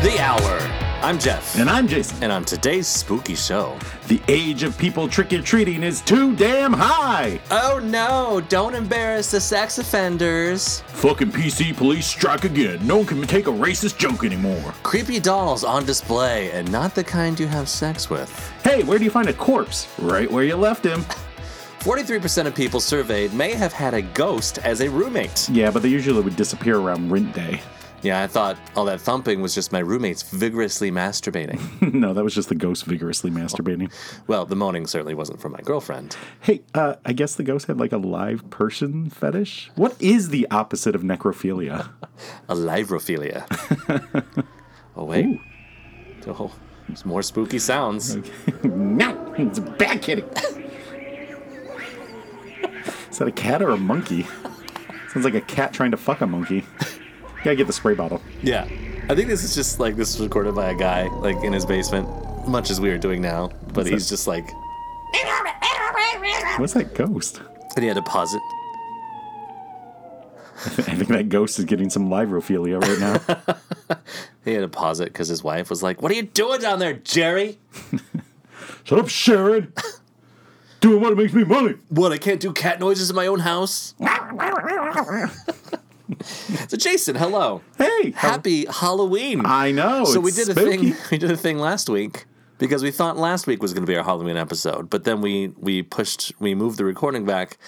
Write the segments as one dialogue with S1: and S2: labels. S1: the hour. I'm Jeff.
S2: And I'm Jason.
S1: And on today's spooky show.
S2: The age of people trick or treating is too damn high.
S1: Oh no, don't embarrass the sex offenders.
S2: Fucking PC police strike again. No one can take a racist joke anymore.
S1: Creepy dolls on display and not the kind you have sex with.
S2: Hey, where do you find a corpse? Right where you left him.
S1: 43% of people surveyed may have had a ghost as a roommate.
S2: Yeah, but they usually would disappear around rent day.
S1: Yeah, I thought all that thumping was just my roommates vigorously masturbating.
S2: no, that was just the ghost vigorously masturbating.
S1: Well, the moaning certainly wasn't from my girlfriend.
S2: Hey, uh, I guess the ghost had like a live person fetish. What is the opposite of necrophilia?
S1: A livrophilia. oh, wait.
S2: Ooh.
S1: Oh, there's more spooky sounds.
S2: no, it's a bat kitty. is that a cat or a monkey? Sounds like a cat trying to fuck a monkey. Gotta get the spray bottle.
S1: Yeah. I think this is just like this was recorded by a guy, like in his basement, much as we are doing now. But
S2: What's
S1: he's
S2: that?
S1: just like,
S2: What's that ghost?
S1: and he had to pause it.
S2: I think that ghost is getting some livrophilia right now.
S1: He had to pause it because his wife was like, What are you doing down there, Jerry?
S2: Shut up, Sharon! Doing what makes me money!
S1: What, I can't do cat noises in my own house? so, Jason, hello.
S2: Hey! how-
S1: Happy Halloween.
S2: I know.
S1: so
S2: it's
S1: we did a
S2: spooky.
S1: thing we did a thing last week because we thought last week was going to be our Halloween episode, but then we we pushed we moved the recording back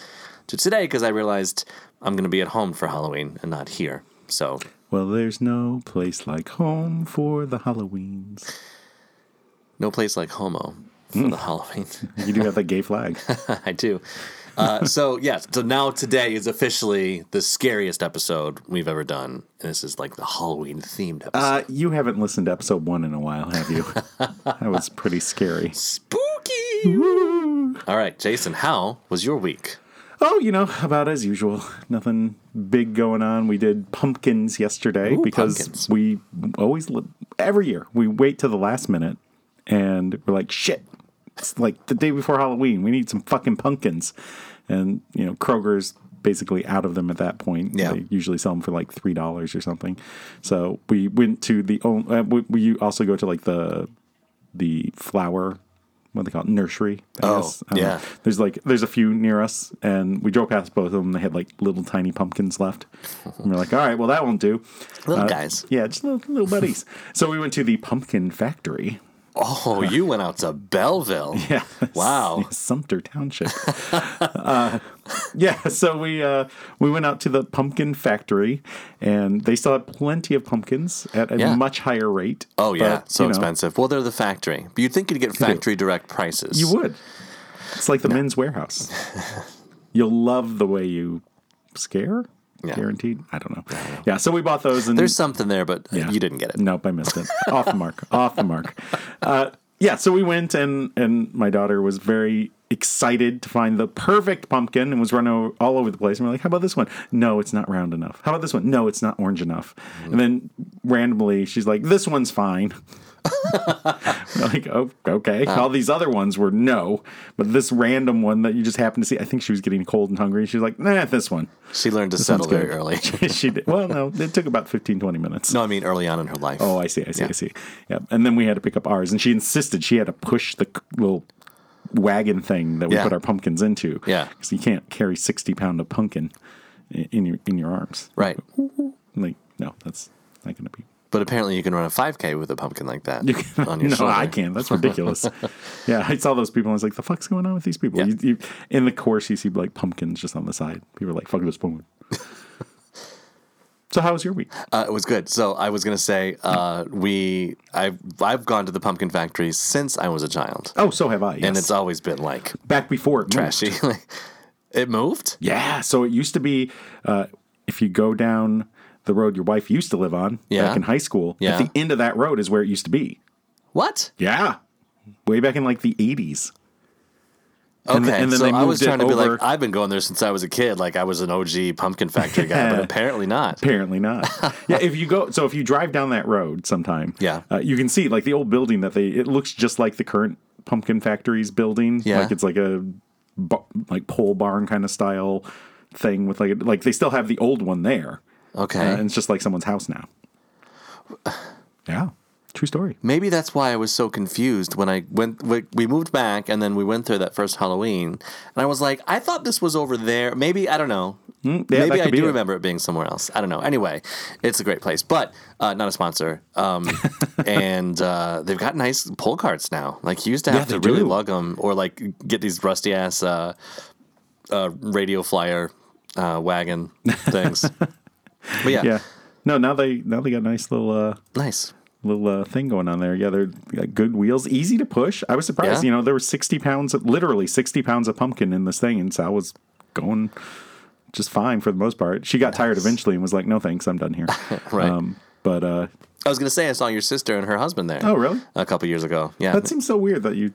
S1: to today because I realized I'm going to be at home for Halloween and not here. So
S2: Well, there's no place like home for the Halloweens.
S1: no place like homo for
S2: Hmm.
S1: the Halloween.
S2: You do have that gay flag.
S1: I do. Uh, so yeah, so now today is officially the scariest episode we've ever done, and this is like the Halloween themed episode.
S2: Uh, you haven't listened to episode one in a while, have you? that was pretty scary.
S1: Spooky. All right, Jason, how was your week?
S2: Oh, you know, about as usual. Nothing big going on. We did pumpkins yesterday
S1: Ooh,
S2: because
S1: pumpkins.
S2: we always, li- every year, we wait till the last minute and we're like, shit, it's like the day before Halloween. We need some fucking pumpkins. And, you know, Kroger's basically out of them at that point.
S1: Yeah.
S2: They usually sell them for like $3 or something. So we went to the, on- uh, we, we also go to like the, the flower, what do they call it, nursery. I
S1: Oh,
S2: guess. I don't know.
S1: yeah.
S2: There's like there's a few near us, and we drove past both of them. They had like little tiny pumpkins left. And we're like, all right, well that won't do.
S1: Little guys.
S2: Yeah, just little, little buddies. so we went to the pumpkin factory.
S1: Oh, you went out to Belleville.
S2: uh, Yeah.
S1: Wow.
S2: Sumter Township. uh, yeah, so we uh, we went out to the pumpkin factory, and they still had plenty of pumpkins at a
S1: Yeah.
S2: much higher rate.
S1: Oh yeah,
S2: but,
S1: so
S2: you know,
S1: expensive. Well, they're the factory. But you'd think you'd get factory direct prices.
S2: You would. It's like the men's warehouse. You'll love the way you scare.
S1: Yeah.
S2: Guaranteed. I don't know. Yeah. So we bought those and
S1: There's something there, but uh
S2: Yeah.
S1: you didn't get it.
S2: Nope, I missed it. Off the mark. Off the mark. Uh, yeah, so we went and and my daughter was very excited to find the perfect pumpkin and was running o- all over the place. And we're like, "How about this one? No, it's not round enough. How about this one? No, it's not orange enough." And then randomly, she's like, "This one's fine." We're like, oh, okay. All these other ones were no, but this random one that you just happened to see, I think she was getting cold and hungry. She was like, "Nah, this one."
S1: She learned to
S2: Sounds
S1: settle very
S2: good.
S1: early.
S2: she did. Well, no, it took about 15, 20 minutes.
S1: No, I mean early on in her life.
S2: Oh, I see, I see,
S1: Yeah.
S2: I see. Yeah, and then we had to pick up ours, and she insisted she had to push the c- little wagon thing that we
S1: Yeah.
S2: put our pumpkins into.
S1: Yeah.
S2: because you can't carry sixty pound of pumpkin i- in your in your arms.
S1: right.
S2: Like, no, that's not going to be.
S1: But apparently, you can run a 5K with a pumpkin like that on your
S2: no,
S1: shoulder.
S2: I can't. That's ridiculous. yeah, I saw those people. and I was like, the fuck's going on with these people?
S1: Yeah.
S2: You, you, in the course, you see like pumpkins just on the side. People are like, fuck this pumpkin. so, how was your week?
S1: Uh, it was good. So I was gonna say, uh, we I've I've gone to the pumpkin factory since I was a child,
S2: Oh, so have I. Yes.
S1: and it's always been like
S2: back before it moved.
S1: trashy. it moved.
S2: Yeah. So it used to be uh, if you go down the road your wife used to live on
S1: Yeah.
S2: back in high school,
S1: Yeah.
S2: at the end of that road is where it used to be.
S1: What?
S2: Yeah. Way back in like the 80s.
S1: Okay,
S2: th- and then
S1: so
S2: they
S1: I was
S2: moved it
S1: trying to be
S2: over-
S1: like, I've been going there since I was a kid. Like I was an OG pumpkin factory guy, but apparently not.
S2: Apparently not. yeah. If you go, so if you drive down that road sometime,
S1: Yeah.
S2: uh, you can see like the old building that they, it looks just like the current pumpkin factories building.
S1: Yeah.
S2: Like it's like a bu- like pole barn kind of style thing with like, a- like they still have the old one there.
S1: Okay,
S2: Uh, and it's just like someone's house now. Yeah. True story.
S1: Maybe that's why I was so confused when I went. We we moved back, and then we went through that first Halloween, and I was like, I thought this was over there. Maybe I don't know.
S2: Mm, yeah, that
S1: Maybe I
S2: could be
S1: do
S2: it.
S1: remember it being somewhere else. I don't know. Anyway, it's a great place, but uh, not a sponsor. Um, and uh, they've got nice pull carts now. Like you used to have
S2: they
S1: to really
S2: do.
S1: lug them, or like get these rusty ass uh, uh, radio flyer uh, wagon things. but
S2: Yeah. No, now they now they got a nice little uh,
S1: nice.
S2: little uh, thing going on there. Yeah, they're they got good wheels, easy to push. I was surprised.
S1: Yeah.
S2: You know, there were sixty pounds, of, literally sixty pounds of pumpkin in this thing, and Sal was going just fine for the most part. She got tired eventually and was like, "No thanks, I'm done here."
S1: Right.
S2: but uh,
S1: I was gonna say I saw your sister and her husband there.
S2: Oh, really?
S1: A couple years ago. Yeah.
S2: that seems so weird that you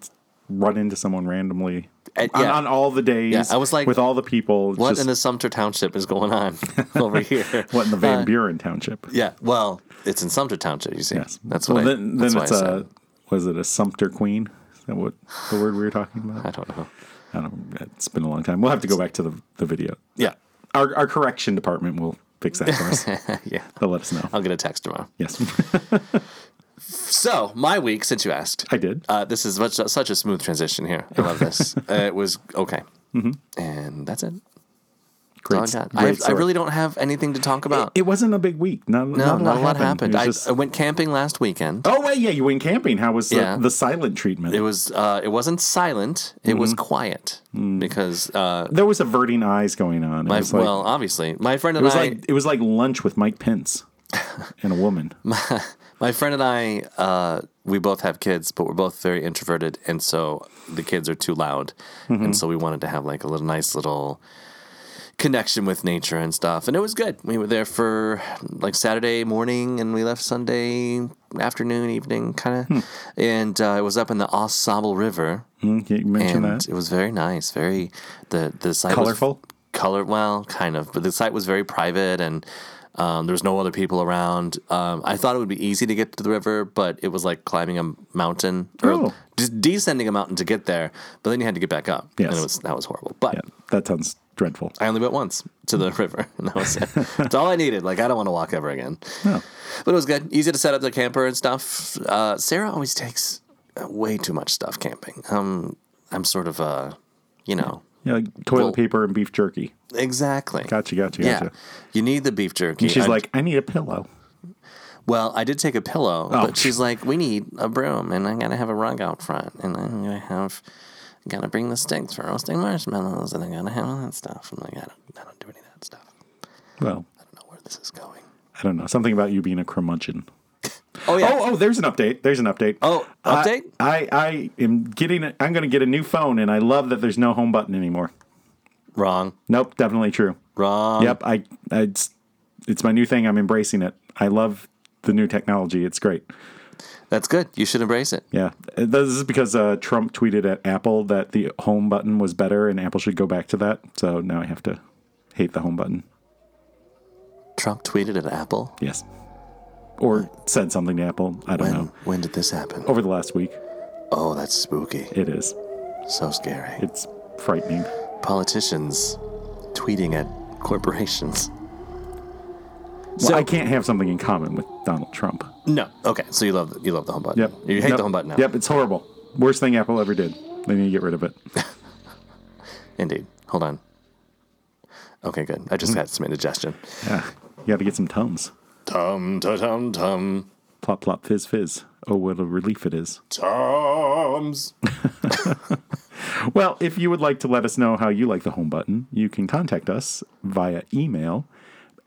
S2: run into someone randomly
S1: Uh,
S2: on,
S1: yeah.
S2: on all the days.
S1: Yeah, I was like,
S2: with all the people.
S1: what
S2: just-
S1: in the Sumter Township is going on over here? Uh,
S2: what in the Van Buren Township?
S1: Yeah. Well, it's in Sumter Township. You see.
S2: Yes,
S1: That's
S2: Well,
S1: what. I,
S2: then,
S1: that's
S2: then
S1: why
S2: it's uh,
S1: I said.
S2: a was it a Sumter Queen? Is that what the word we were talking about?
S1: I don't know.
S2: I don't, it's been a long time. We'll have to go back to the, the video.
S1: Yeah.
S2: Our, our correction department will fix that for us.
S1: yeah.
S2: They'll let us know.
S1: I'll get a text tomorrow.
S2: Yes,
S1: So my week, since you asked,
S2: I did.
S1: uh, this is much, such a smooth transition here. I love this. uh, it was okay, and that's it.
S2: Mm-hmm. Great,
S1: That's all I, got.
S2: great
S1: I, have- I
S2: story.
S1: really don't have anything to talk about.
S2: It wasn't a big week. Not,
S1: no,
S2: not a lot
S1: happened.
S2: happened. It was
S1: I,
S2: just-
S1: I went camping last weekend.
S2: oh wait, yeah, you went camping. How was the,
S1: Yeah.
S2: the silent treatment?
S1: It was. Uh, it wasn't silent. It was
S2: Mm-hmm.
S1: quiet because. Uh,
S2: there was averting eyes going on. Mm. It
S1: I-
S2: was like
S1: well, obviously, my friend
S2: it
S1: and
S2: was
S1: I.
S2: like it was like lunch with Mike Pence and a woman.
S1: my friend and I. Uh, we both have kids, but we're both very introverted, and so the kids are too loud,
S2: Mm-hmm.
S1: and so we wanted to have like a little nice little connection with nature and stuff, and it was good. We were there for like Saturday morning, and we left Sunday afternoon, evening, kind
S2: Hmm.
S1: of, and uh, it was up in the Osable River.
S2: Mm, you mentioned
S1: and
S2: that.
S1: it was very nice. Very the the site
S2: Colorful?
S1: was color well, kind of, but the site was very private and. Um, there was no other people around. Um, I thought it would be easy to get to the river, but it was like climbing a mountain or
S2: Oh.
S1: just descending a mountain to get there. But then you had to get back up, and
S2: Yes.
S1: it was that was horrible. But
S2: Yeah, that sounds dreadful.
S1: I only went once to the
S2: Hmm.
S1: river, and that was it. That's all I needed. Like I don't want to walk ever again.
S2: No.
S1: But it was good. Easy to set up the camper and stuff. Uh, Sarah always takes uh, way too much stuff camping. Um, I'm sort of uh, you know,
S2: Yeah, like toilet
S1: Well-
S2: paper and beef jerky.
S1: exactly.
S2: Gotcha, gotcha,
S1: yeah,
S2: gotcha.
S1: you need the beef jerky.
S2: She's
S1: I-
S2: like, I need a pillow.
S1: well, I did take a pillow,
S2: Oh.
S1: but she's like, we need a broom, and I gotta have a rug out front, and I'm gonna have, gotta bring the sticks for roasting marshmallows, and I gotta have all that stuff. I'm like, I don't, I don't do any of that stuff.
S2: Well,
S1: I don't know where this is going.
S2: I don't know. Something about you being a curmudgeon.
S1: Oh yeah.
S2: Oh, oh, there's an update. There's an update.
S1: Oh,
S2: I-
S1: update?
S2: I, I, am getting. a- I'm going to get a new phone, and I love that there's no home button anymore.
S1: Wrong.
S2: Nope, definitely true.
S1: Wrong.
S2: Yep, I, I it's, it's my new thing. I'm embracing it. I love the new technology. It's great.
S1: That's good. You should embrace it.
S2: Yeah, this is because uh, Trump tweeted at Apple that the home button was better, and Apple should go back to that. So now I have to hate the home button.
S1: Trump tweeted at Apple.
S2: Yes, or said something to Apple. I don't
S1: When,
S2: know.
S1: when did this happen?
S2: Over the last week,
S1: Oh, that's spooky.
S2: it is.
S1: So scary.
S2: It's frightening.
S1: Politicians tweeting at corporations.
S2: So
S1: So-
S2: I can't have something in common with Donald Trump.
S1: No. Okay. So you love you love the home button.
S2: Yep.
S1: You hate
S2: Nope.
S1: the home button now.
S2: Yep, it's horrible. Worst thing Apple ever did. They need to get rid of it.
S1: Indeed. Hold on. Okay. Good. I
S2: Mm-hmm.
S1: just had some indigestion.
S2: Yeah. You got to get some tums.
S1: Tum ta tum tum
S2: Plop, plop, fizz, fizz. Oh, what a relief it is.
S1: tums.
S2: Well, if you would like to let us know how you like the home button, you can contact us via email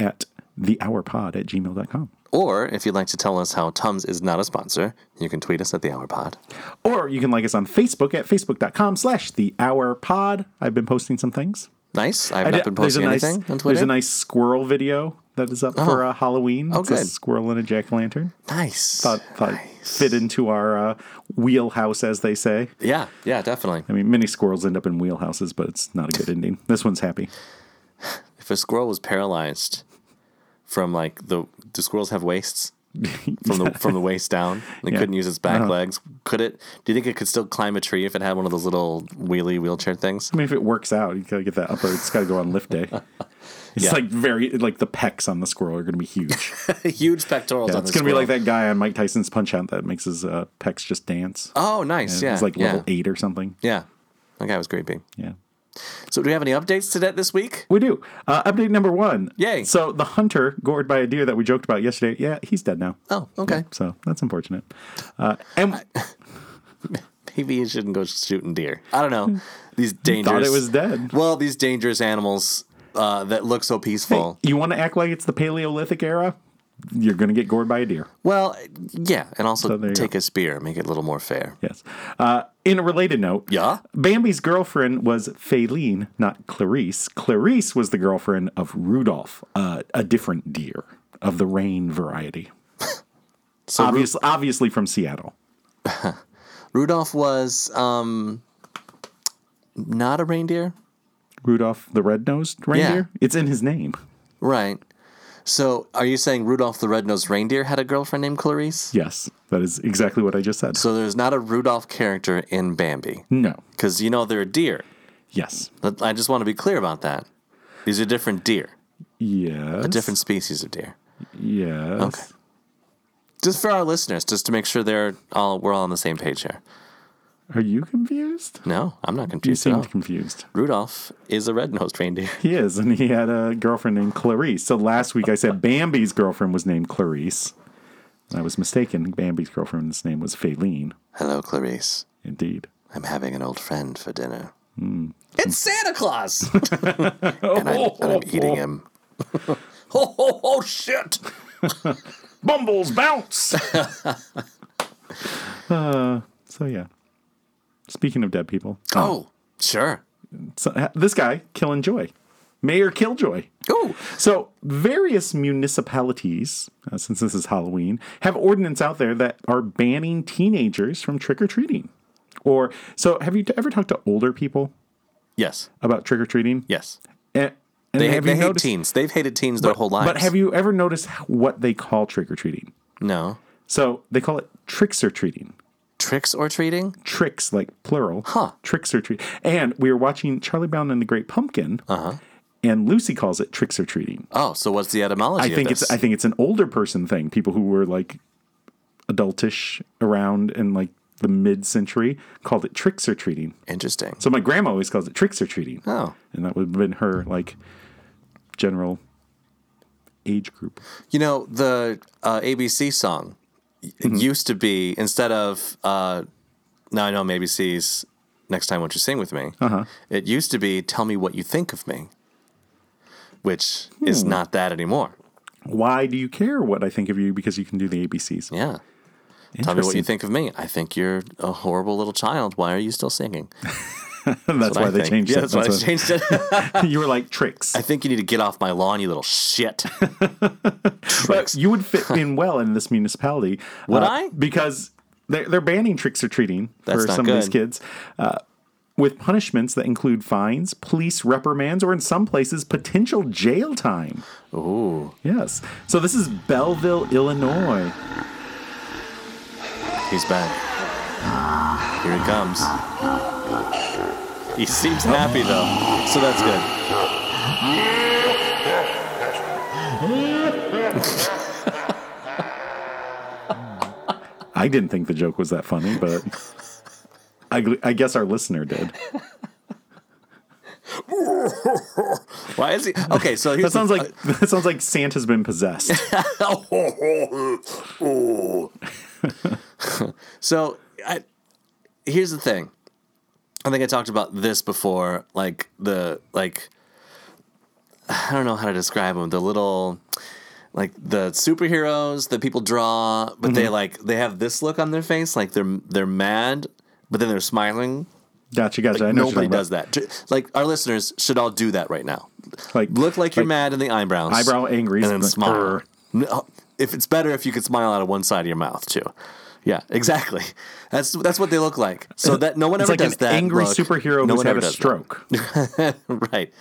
S2: at thehourpod at gmail.com.
S1: or if you'd like to tell us how Tums is not a sponsor, you can tweet us at the Hour Pod.
S2: Or you can like us on Facebook at facebook.com slash thehourpod. I've been posting some things.
S1: Nice. I've
S2: I
S1: not
S2: did-
S1: been posting
S2: nice,
S1: anything on
S2: There's
S1: Twitter.
S2: a nice squirrel video that is up for uh, Halloween.
S1: Oh,
S2: it's a
S1: good.
S2: squirrel and a jack-o'-lantern.
S1: nice.
S2: Thought, thought fit into our uh, wheelhouse, as they say.
S1: Yeah. Yeah. Definitely.
S2: I mean, many squirrels end up in wheelhouses, but it's not a good ending. This one's happy.
S1: if a squirrel was paralyzed from like the do squirrels have waists? from the from the waist down. And it
S2: Yeah. Uh-huh.
S1: couldn't use its back legs. Could it? Do you think it could still climb a tree if it had one of those little wheelie wheelchair things?
S2: I mean, if it works out, you gotta get that upper. It's gotta go on lift day. It's
S1: Yeah.
S2: like very like the pecs on the squirrel are gonna be huge.
S1: Huge pectorals.
S2: Yeah,
S1: on
S2: it's
S1: this
S2: gonna be like
S1: squirrel.
S2: that guy on Mike Tyson's Punch Out that makes his uh, pecs just dance.
S1: Oh, nice. Yeah,
S2: It's like
S1: yeah,
S2: level eight or something.
S1: yeah. That guy was creepy.
S2: Yeah.
S1: So, do we have any updates to that this week?
S2: We do. Uh, update number one.
S1: Yay.
S2: So the hunter gored by a deer that we joked about yesterday. Yeah, he's dead now.
S1: Oh, okay.
S2: So that's unfortunate. Uh, and
S1: Maybe you shouldn't go shooting deer. I don't know. These dangerous.
S2: Hmm. thought it was dead.
S1: Well, these dangerous animals uh, that look so peaceful.
S2: You want to act like it's the Paleolithic era? You're gonna get gored by a deer.
S1: Well, yeah, and also
S2: there you
S1: take a spear, make it a little more fair.
S2: Yes. Uh, in a related note,
S1: Yeah?
S2: Bambi's girlfriend was Faline, not Clarice. Clarice was the girlfriend of Rudolph, uh, a different deer of the rain variety.
S1: So Ru-
S2: obviously, obviously from Seattle.
S1: Rudolph was um, not a reindeer,
S2: Rudolph the red-nosed reindeer. It's in his name.
S1: right? So, are you saying Rudolph the Red-Nosed Reindeer had a girlfriend named Clarice?
S2: Yes, that is exactly what I just said.
S1: So there's not a Rudolph character in Bambi
S2: no.
S1: because you know they're a deer.
S2: Yes.
S1: But I just want to be clear about that. These are different deer,
S2: Yes.
S1: a different species of deer.
S2: Yes.
S1: Okay. Just for our listeners, just to make sure they're all we're all on the same page here.
S2: Are you confused?
S1: No, I'm not
S2: You
S1: confused. at all.
S2: seemed confused.
S1: Rudolph is a red-nosed reindeer.
S2: He is, and he had a girlfriend named Clarice. So last week I said Bambi's girlfriend was named Clarice. And I was mistaken. Bambi's girlfriend's name was Faline.
S1: Hello, Clarice.
S2: Indeed.
S1: I'm having an old friend for dinner.
S2: Hmm.
S1: It's Santa Claus, Oh, and, I'm, and I'm eating him. oh, oh, oh, shit!
S2: Bumbles bounce. uh, so yeah. Speaking of dead people,
S1: Oh, sure.
S2: so, uh, this guy killing Joy, Mayor Killjoy.
S1: Ooh,
S2: So, various municipalities, uh, since this is Halloween, have ordinance out there that are banning teenagers from trick or treating. Or, so have you t- ever talked to older people
S1: yes,
S2: about trick or treating?
S1: yes.
S2: And, and
S1: They,
S2: have
S1: they
S2: you
S1: hate
S2: noticed,
S1: teens. They've hated teens their whole lives.
S2: But have you ever noticed what they call trick or treating?
S1: no
S2: So, they call it tricks or treating.
S1: tricks or treating?
S2: tricks, like plural.
S1: Huh.
S2: Tricks or treat. And we were watching Charlie Brown and the Great Pumpkin. Uh-huh. And Lucy calls it tricks or treating.
S1: Oh, so what's the etymology?
S2: I think
S1: of this?
S2: it's I think it's an older person thing. People who were like adultish around in like the mid century called it tricks or treating.
S1: interesting.
S2: So my grandma always calls it tricks or treating.
S1: Oh,
S2: And that would have been her like general age group.
S1: you know the uh, ABC song y-
S2: Mm-hmm.
S1: used to be instead of uh, now I know I'm ABC's next time won't you sing with me? Uh-huh. It used to be tell me what you think of me, which is
S2: Hmm.
S1: not that anymore.
S2: Why do you care what I think of you? Because you can do the ABCs.
S1: Yeah. Tell me what you
S2: Interesting.
S1: think of me. I think you're a horrible little child. Why are you still singing?
S2: that's why
S1: I
S2: they
S1: think.
S2: changed
S1: yeah,
S2: it.
S1: That's why they changed it.
S2: why- you were like tricks.
S1: I think you need to get off my lawn, you little shit.
S2: But you would fit in well in this municipality. uh,
S1: Would I?
S2: Because they're, they're banning tricks or treating
S1: That's
S2: for
S1: not
S2: some of these
S1: good.
S2: kids uh, with punishments that include fines, police reprimands, or in some places, potential jail time.
S1: Ooh.
S2: Yes. So this is Belleville, Illinois.
S1: He's back. Here he comes. He seems happy though, so that's good.
S2: I didn't think the joke was that funny, but I, gl- I guess our listener did.
S1: Why is he? Okay, so
S2: That
S1: here's
S2: sounds
S1: the-
S2: like that sounds like Santa's been possessed.
S1: so I, here's the thing. I think I talked about this before, like the like. I don't know how to describe them. The little, like the superheroes that people draw, but they
S2: Mm-hmm.
S1: like they have this look on their face, like they're they're mad, but then they're smiling.
S2: Gotcha, gotcha. I know what you're
S1: Nobody
S2: talking about.
S1: does that. Ju- Like our listeners should all do that right now.
S2: Like
S1: Look like you're mad in the eyebrows,
S2: eyebrow angry,
S1: and then
S2: like,
S1: smile.
S2: "Grr."
S1: No, if it's better if you could smile out of one side of your mouth too. Yeah, exactly. That's that's what they look like. So that no one
S2: It's
S1: ever
S2: like
S1: does
S2: an
S1: that.
S2: angry
S1: look.
S2: superhero
S1: no
S2: who's
S1: one
S2: had
S1: ever
S2: a
S1: does that.
S2: stroke.
S1: right.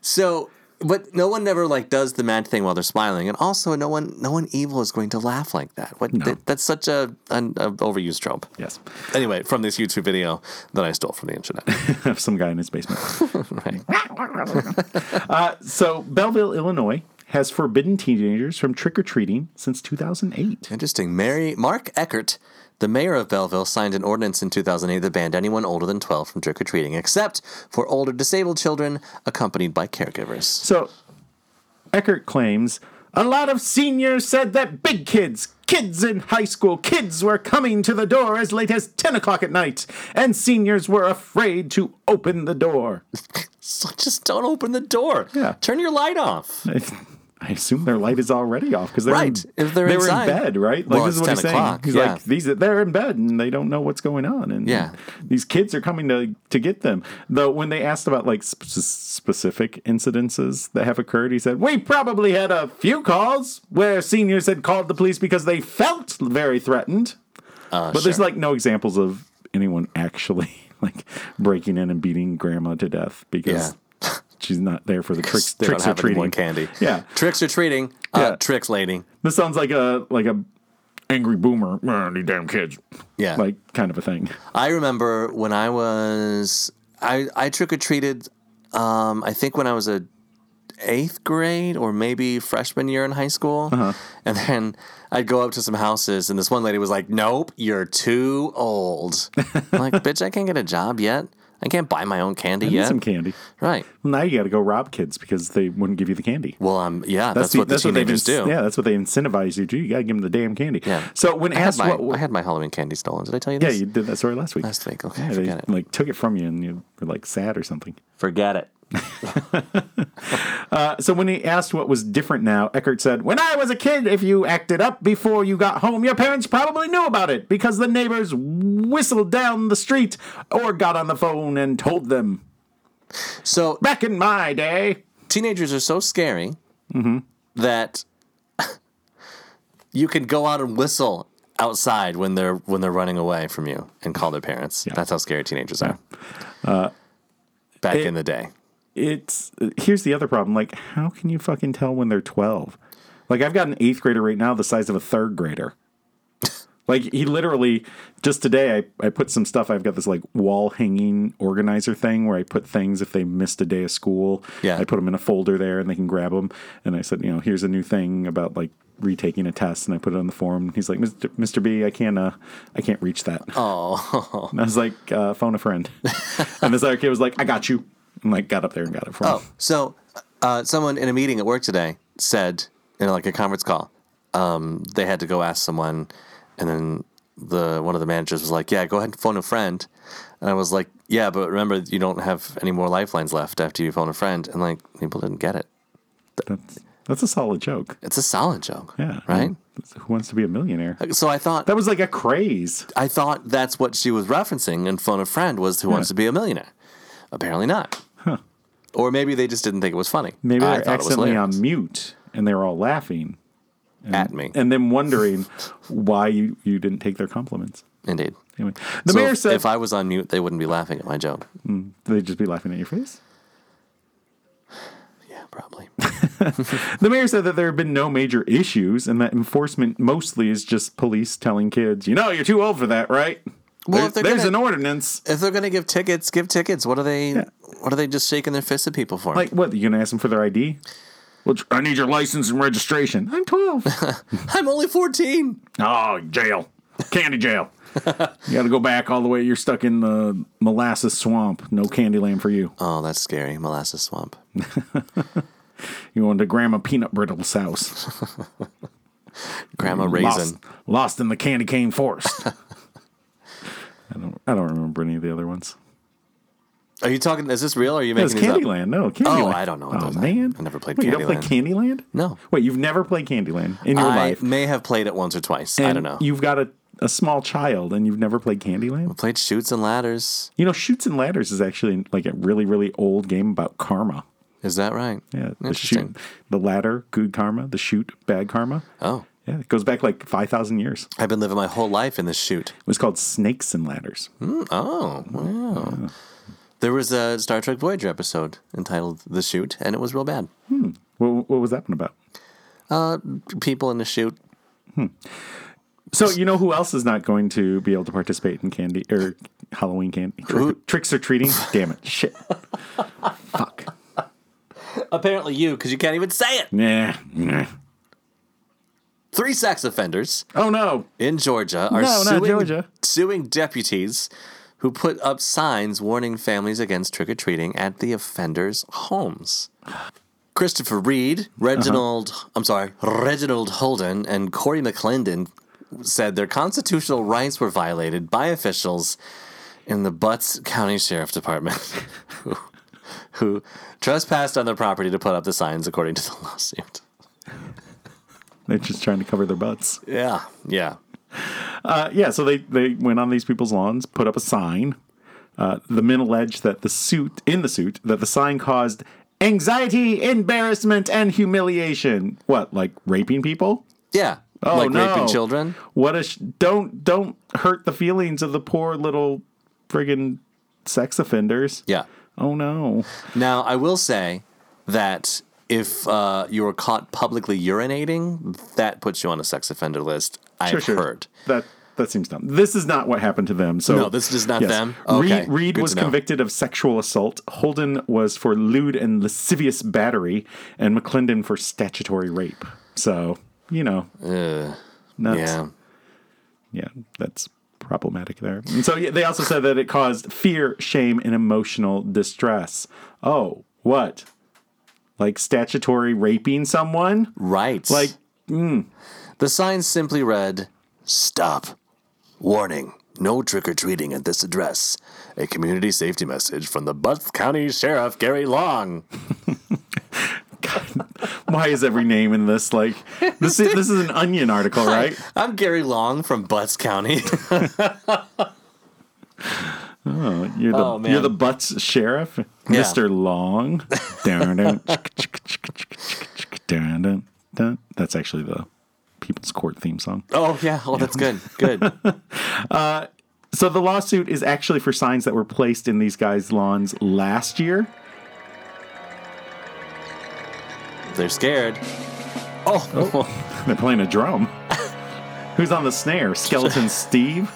S1: So but no one never like does the mad thing while they're smiling, and also no one, no one evil is going to laugh like that. What that- that's such a an a overused trope.
S2: Yes.
S1: Anyway, from this YouTube video that I stole from the internet.
S2: of some guy in his basement. uh, so, Belleville, Illinois has forbidden teenagers from trick or treating since 2008.
S1: Interesting. Mary Mark Eckert, the mayor of Belleville, signed an ordinance in 2008 that banned anyone older than 12 from trick or treating, except for older disabled children accompanied by caregivers.
S2: So, Eckert claims a lot of seniors said that big kids, kids in high school, kids were coming to the door as late as 10 o'clock at night, and seniors were afraid to open the door.
S1: So just don't open the door.
S2: Yeah.
S1: Turn your light off.
S2: I assume their light is already off because they're
S1: Right,
S2: In,
S1: if they're
S2: they were in
S1: inside.
S2: bed, right? Like
S1: Well,
S2: this is
S1: it's
S2: what
S1: 10
S2: he's saying.
S1: o'clock,
S2: He's
S1: yeah.
S2: like these they're in bed and they don't know what's going on, and
S1: Yeah.
S2: these kids are coming to to get them. Though when they asked about like sp- specific incidences that have occurred, he said we probably had a few calls where seniors had called the police because they felt very threatened,
S1: Uh,
S2: but there's
S1: sure.
S2: like no examples of anyone actually like breaking in and beating grandma to death because. She's not there for the tricks.
S1: they
S2: tricks
S1: don't have
S2: or
S1: any
S2: treating.
S1: more candy.
S2: Yeah.
S1: Tricks are treating. Uh,
S2: Yeah.
S1: Tricks, lady.
S2: This sounds like a like a angry boomer. "Ah, These damn kids,
S1: Yeah.
S2: like kind of a thing.
S1: I remember when I was I I trick or treated. Um, I think when I was a eighth grade or maybe freshman year in high school,
S2: Uh-huh.
S1: and then I'd go up to some houses, and this one lady was like, "Nope, you're too old." I'm like, bitch, I can't get a job yet. I can't buy my own candy
S2: Need
S1: yet.
S2: some candy.
S1: Right.
S2: Well, now you got to go rob kids because they wouldn't give you the candy.
S1: Well, um, yeah, that's,
S2: the-
S1: what the
S2: they
S1: teenagers do.
S2: ins- Yeah, that's what they incentivize you to. do. You got to give them the damn candy.
S1: Yeah.
S2: So when
S1: I, had
S2: asked
S1: my,
S2: what,
S1: I had my Halloween candy stolen. Did I tell you
S2: yeah,
S1: this?
S2: you did that story last week.
S1: Last week. Okay,
S2: yeah, they
S1: forget it.
S2: like took it from you and you were like sad or something.
S1: Forget it.
S2: Uh, So when he asked what was different now, Eckert said, "When I was a kid, if you acted up before you got home, your parents probably knew about it because the neighbors whistled down the street or got on the phone and told them."
S1: So
S2: Back in my day,
S1: teenagers are so scary that you can go out and whistle outside when they're when they're running away from you and call their parents. That's how scary teenagers are. Back in the day,
S2: it's here's the other problem. Like, how can you fucking tell when they're twelve? Like, I've got an eighth grader right now the size of a third grader. Like he literally just today I, I put some stuff I've got this like wall hanging organizer thing where I put things if they missed a day of school
S1: Yeah.
S2: I put them in a folder there and they can grab them and I said you know here's a new thing about like retaking a test and I put it on the form he's like Mr. Mr. B I can't uh, I can't reach that
S1: oh,
S2: and I was like uh, phone a friend and this other kid was like I got you and like got up there and got it for him
S1: oh. So, uh, someone in a meeting at work today said, in like a conference call, um, they had to go ask someone, and then the one of the managers was like, "Yeah, go ahead and phone a friend," and I was like, "Yeah, but remember, you don't have any more lifelines left after you phone a friend," and like people didn't get it.
S2: That's that's a solid joke.
S1: It's a solid joke.
S2: Yeah.
S1: Right?
S2: Who wants to be a millionaire?
S1: So I thought
S2: That was like a craze.
S1: I thought that's what she was referencing in Phone a Friend was Who Wants to Be a Millionaire. Apparently not. Or maybe they just didn't think it was funny.
S2: Maybe
S1: I
S2: they're
S1: thought it was
S2: accidentally
S1: hilarious.
S2: on mute and they were all laughing
S1: at me.
S2: and then wondering why you, you didn't take their compliments.
S1: Indeed.
S2: Anyway, the
S1: So
S2: mayor
S1: if,
S2: said
S1: if I was on mute, they wouldn't be laughing at my joke.
S2: they'd just be laughing at your face.
S1: Yeah, probably.
S2: The mayor said that there have been no major issues and that enforcement mostly is just police telling kids, you know, you're too old for that, right?
S1: Well,
S2: There-
S1: if they're
S2: there's
S1: gonna-
S2: an ordinance.
S1: if they're gonna give tickets, give tickets. What are they what are they just shaking their fists at people for?
S2: Like, what? You going to ask them for their ID? Well, I need your license and registration. I'm 12.
S1: I'm only fourteen.
S2: Oh, jail. Candy jail. you got to go back all the way. You're stuck in the molasses swamp. No candy land for you.
S1: Oh, that's scary. Molasses swamp.
S2: You going to Grandma Peanut Brittle's house.
S1: Grandma
S2: Lost,
S1: raisin.
S2: lost in the candy cane forest. I don't. I don't remember any of the other ones.
S1: Are you talking is this real or are you
S2: It was
S1: making these up?
S2: Candyland. No, Candyland.
S1: I don't know what
S2: Oh
S1: those are.
S2: man,
S1: I never played
S2: Wait, You don't play Candyland?
S1: No.
S2: Wait, you've never played Candyland in your
S1: I
S2: life?
S1: may have played it once or twice. I
S2: And
S1: don't know.
S2: You've got a, a small child and you've never played Candyland.
S1: played shoots and ladders.
S2: You know, Shoots and Ladders is actually like a really, really old game about karma.
S1: Is that right?
S2: Yeah, the
S1: Interesting.
S2: shoot, the latter, good karma. The shoot, bad karma.
S1: Oh,
S2: Yeah, it goes back like five thousand years.
S1: I've been living my whole life in this shoot. Hmm.
S2: It was called Snakes and Ladders.
S1: Oh, wow. There was a Star Trek Voyager episode entitled "The Shoot," and it was real bad.
S2: What, what was that one about?
S1: People in the shoot.
S2: So you know who else is not going to be able to participate in candy or Halloween candy
S1: Who?
S2: Trick, tricks or treating? Damn it! Shit! Fuck!
S1: Apparently, you because you can't even say it.
S2: Nah. nah.
S1: Three sex offenders
S2: Oh no!
S1: in Georgia are
S2: No, not
S1: suing,
S2: Georgia.
S1: suing deputies who put up signs warning families against trick or treating at the offenders' homes. Christopher Reed, Reginald,
S2: Uh-huh.
S1: I'm sorry, Reginald Holden, and Corey McClendon said their constitutional rights were violated by officials in the Butts County Sheriff Department who, who trespassed on their property to put up the signs, according to the lawsuit.
S2: They're just trying to cover their butts.
S1: Yeah, yeah.
S2: Uh, yeah, so they, they went on these people's lawns, put up a sign. Uh, the men alleged that the suit, in the suit, that the sign caused anxiety, embarrassment, and humiliation. What, like raping people?
S1: Yeah.
S2: Oh,
S1: like
S2: no.
S1: raping children.
S2: What a sh- don't don't hurt the feelings of the poor little friggin' sex offenders.
S1: Yeah.
S2: Oh no.
S1: Now, I will say that if uh, you were caught publicly urinating, that puts you on a sex offender list. I've heard.
S2: That that seems dumb. This is not what happened to them. So
S1: No, this is not them? Okay,
S2: Reed, Reed
S1: good
S2: was
S1: to know.
S2: convicted of sexual assault. Holden was for lewd and lascivious battery, and McClendon for statutory rape. So you know, nuts.
S1: Yeah.
S2: yeah, that's problematic there. And so yeah, they also said that it caused fear, shame, and emotional distress. Oh, what? Like statutory raping someone?
S1: Right.
S2: Like
S1: hmm. the sign simply read Stop. Warning. No trick or treating at this address. A community safety message from the Butts County Sheriff Gary Long.
S2: Why is every name in this like this? Is, this is an Onion article, right?
S1: I'm Gary Long from Butts County.
S2: You're the
S1: Oh, man.
S2: you're the butts sheriff, Mister Long. Dun, dun, chick, chick, chick, chick, chick, chick, dun, dun, dun. That's actually the People's Court theme song.
S1: oh, yeah. Oh, that's good. Good.
S2: So the lawsuit is actually for signs that were placed in these guys' lawns last year.
S1: They're scared. oh.
S2: They're playing a drum. Who's on the snare? Skeleton Steve.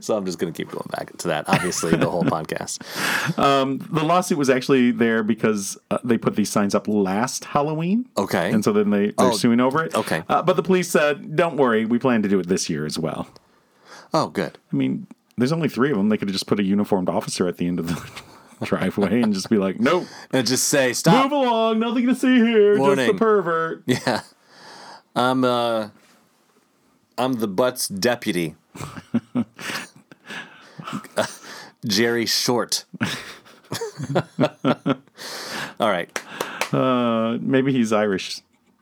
S1: So I'm just going to keep going back to that, obviously, the whole podcast.
S2: The lawsuit was actually there because uh, they put these signs up last Halloween.
S1: Okay.
S2: And so then they, they're
S1: Oh,
S2: suing over it.
S1: okay.
S2: Uh, but the police said, don't worry, we plan to do it this year as well.
S1: Oh, good.
S2: I mean, there's only three of them. They could have just put a uniformed officer at the end of the driveway and just be like, nope,
S1: And just say,
S2: move
S1: stop.
S2: along, nothing to see here, just
S1: Warning.
S2: a pervert.
S1: Yeah. I'm, uh, I'm the Butts deputy. Uh, Jerry Short. All right.
S2: Uh, maybe he's Irish,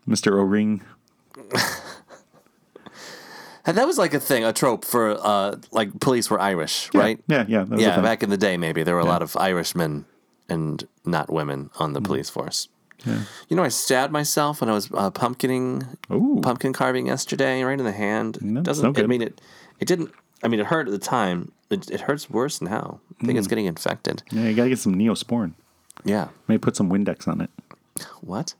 S2: Mr. O-Ring.
S1: And that was like a thing, a trope for, uh, like, police were Irish, right?
S2: Yeah, yeah. That was a
S1: Yeah,
S2: thing.
S1: back in the day, maybe there were a lot of Irishmen and not women on
S2: Mm.
S1: the police force. You know, I stabbed myself when I was uh, pumpkining,
S2: Ooh.
S1: pumpkin carving yesterday, right in the hand. It
S2: that's
S1: Doesn't
S2: no
S1: I
S2: good.
S1: mean it? It didn't. I mean, it hurt at the time. It, it hurts worse now. I think
S2: Mm.
S1: it's getting infected.
S2: yeah, you got to get some Neosporin.
S1: Yeah.
S2: Maybe put some Windex on it.
S1: What?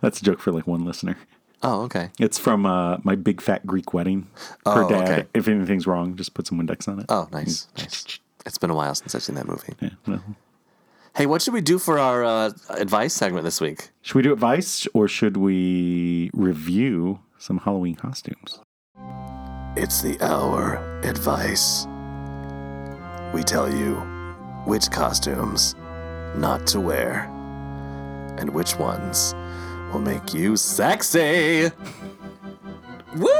S2: That's a joke for like one listener.
S1: Oh, okay.
S2: It's from uh, my big fat Greek wedding. Her
S1: Oh,
S2: dad,
S1: okay.
S2: if anything's wrong, just put some Windex on it.
S1: Oh, nice. nice. It's been a while since I've seen that movie.
S2: Yeah, well.
S1: Hey, what should we do for our uh, advice segment this week?
S2: Should we do advice or should we review some Halloween costumes?
S1: It's the hour advice. We tell you which costumes not to wear and which ones will make you sexy. Woo,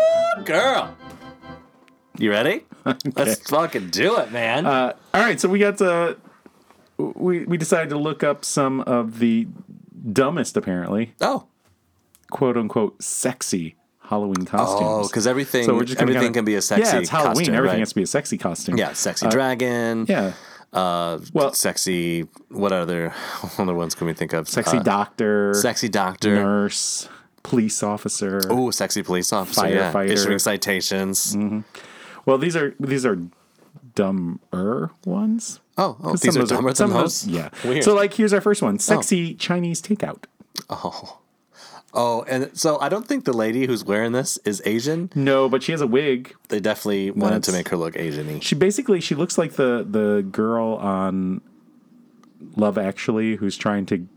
S1: girl! You ready? Let's fucking do it, man.
S2: Uh, all right, so we got to we we decided to look up some of the dumbest, apparently,
S1: oh.
S2: quote unquote, sexy Halloween costumes.
S1: Oh, because everything,
S2: So we're just gonna
S1: everything
S2: kinda-
S1: can be a sexy
S2: yeah, it's Halloween.
S1: costume,
S2: Everything
S1: right?
S2: has to be a sexy costume.
S1: Yeah, sexy dragon.
S2: yeah.
S1: Uh,
S2: Well-
S1: sexy. What other what other ones can we think of?
S2: Sexy
S1: Uh,
S2: doctor,
S1: sexy doctor.
S2: nurse, police officer.
S1: Oh, sexy police officer. Yeah.
S2: Firefighter. Mm-hmm.
S1: Issuing citations.
S2: Well, these are these are dumber ones.
S1: Oh, oh,
S2: 'Cause
S1: these
S2: some
S1: are
S2: of
S1: dumber
S2: some
S1: than
S2: of
S1: those.
S2: Yeah.
S1: Weird.
S2: So like, here's our first one: sexy Chinese takeout.
S1: oh. Oh, and so I don't think the lady who's wearing this is Asian.
S2: No, but she has a wig.
S1: They definitely wanted to
S2: That's-
S1: make her look Asian-y.
S2: She basically she looks like the the girl on Love Actually who's trying to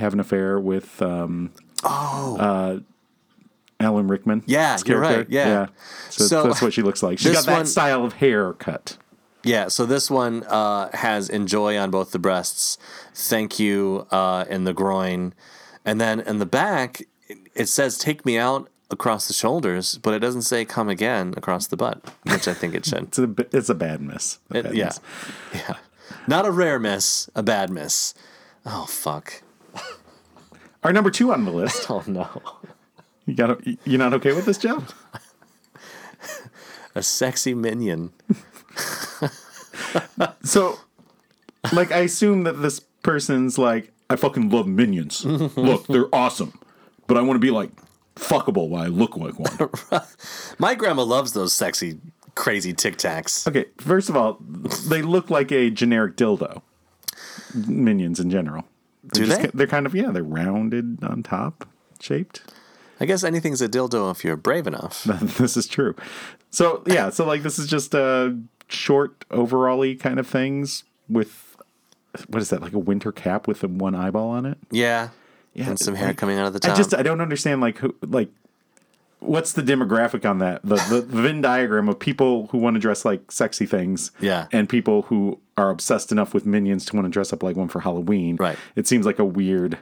S2: have an affair with um oh uh Alan Rickman.
S1: Yeah,
S2: His
S1: you're right,
S2: character.
S1: yeah.
S2: So,
S1: So-
S2: that's what she looks like. She's
S1: This
S2: got that
S1: one-
S2: style of haircut.
S1: Yeah, so this one uh, has enjoy on both the breasts, thank you uh, in the groin, and then in the back it- it says take me out across the shoulders, but it doesn't say come again across the butt, which I think it should.
S2: It's a b- it's a bad miss. A
S1: It-
S2: bad
S1: yeah,
S2: miss.
S1: yeah, not a rare miss, a bad miss. Oh fuck!
S2: Our number two on the list.
S1: Oh no,
S2: You got you're not okay with this, Jeff?
S1: a sexy minion.
S2: So, like, I assume that this person's like, I fucking love minions. Look, they're awesome, but I want to be like fuckable while I look like one.
S1: My grandma loves those sexy, crazy tic tacs.
S2: okay, first of all, they look like a generic dildo. Minions in general. They're
S1: Do they?
S2: They're kind of yeah. They're rounded on top, shaped.
S1: I guess anything's a dildo if you're brave enough.
S2: this is true. So yeah, so like this is just uh short overally kind of things with what is that like a winter cap with the one eyeball on it?
S1: Yeah,
S2: Yeah,
S1: and some hair
S2: like,
S1: coming out of the top.
S2: I just uh, I don't understand like who like what's the demographic on that the the Venn diagram of people who want to dress like sexy things
S1: Yeah.
S2: and people who are obsessed enough with minions to want to dress up like one for Halloween
S1: Right.
S2: it seems like a weird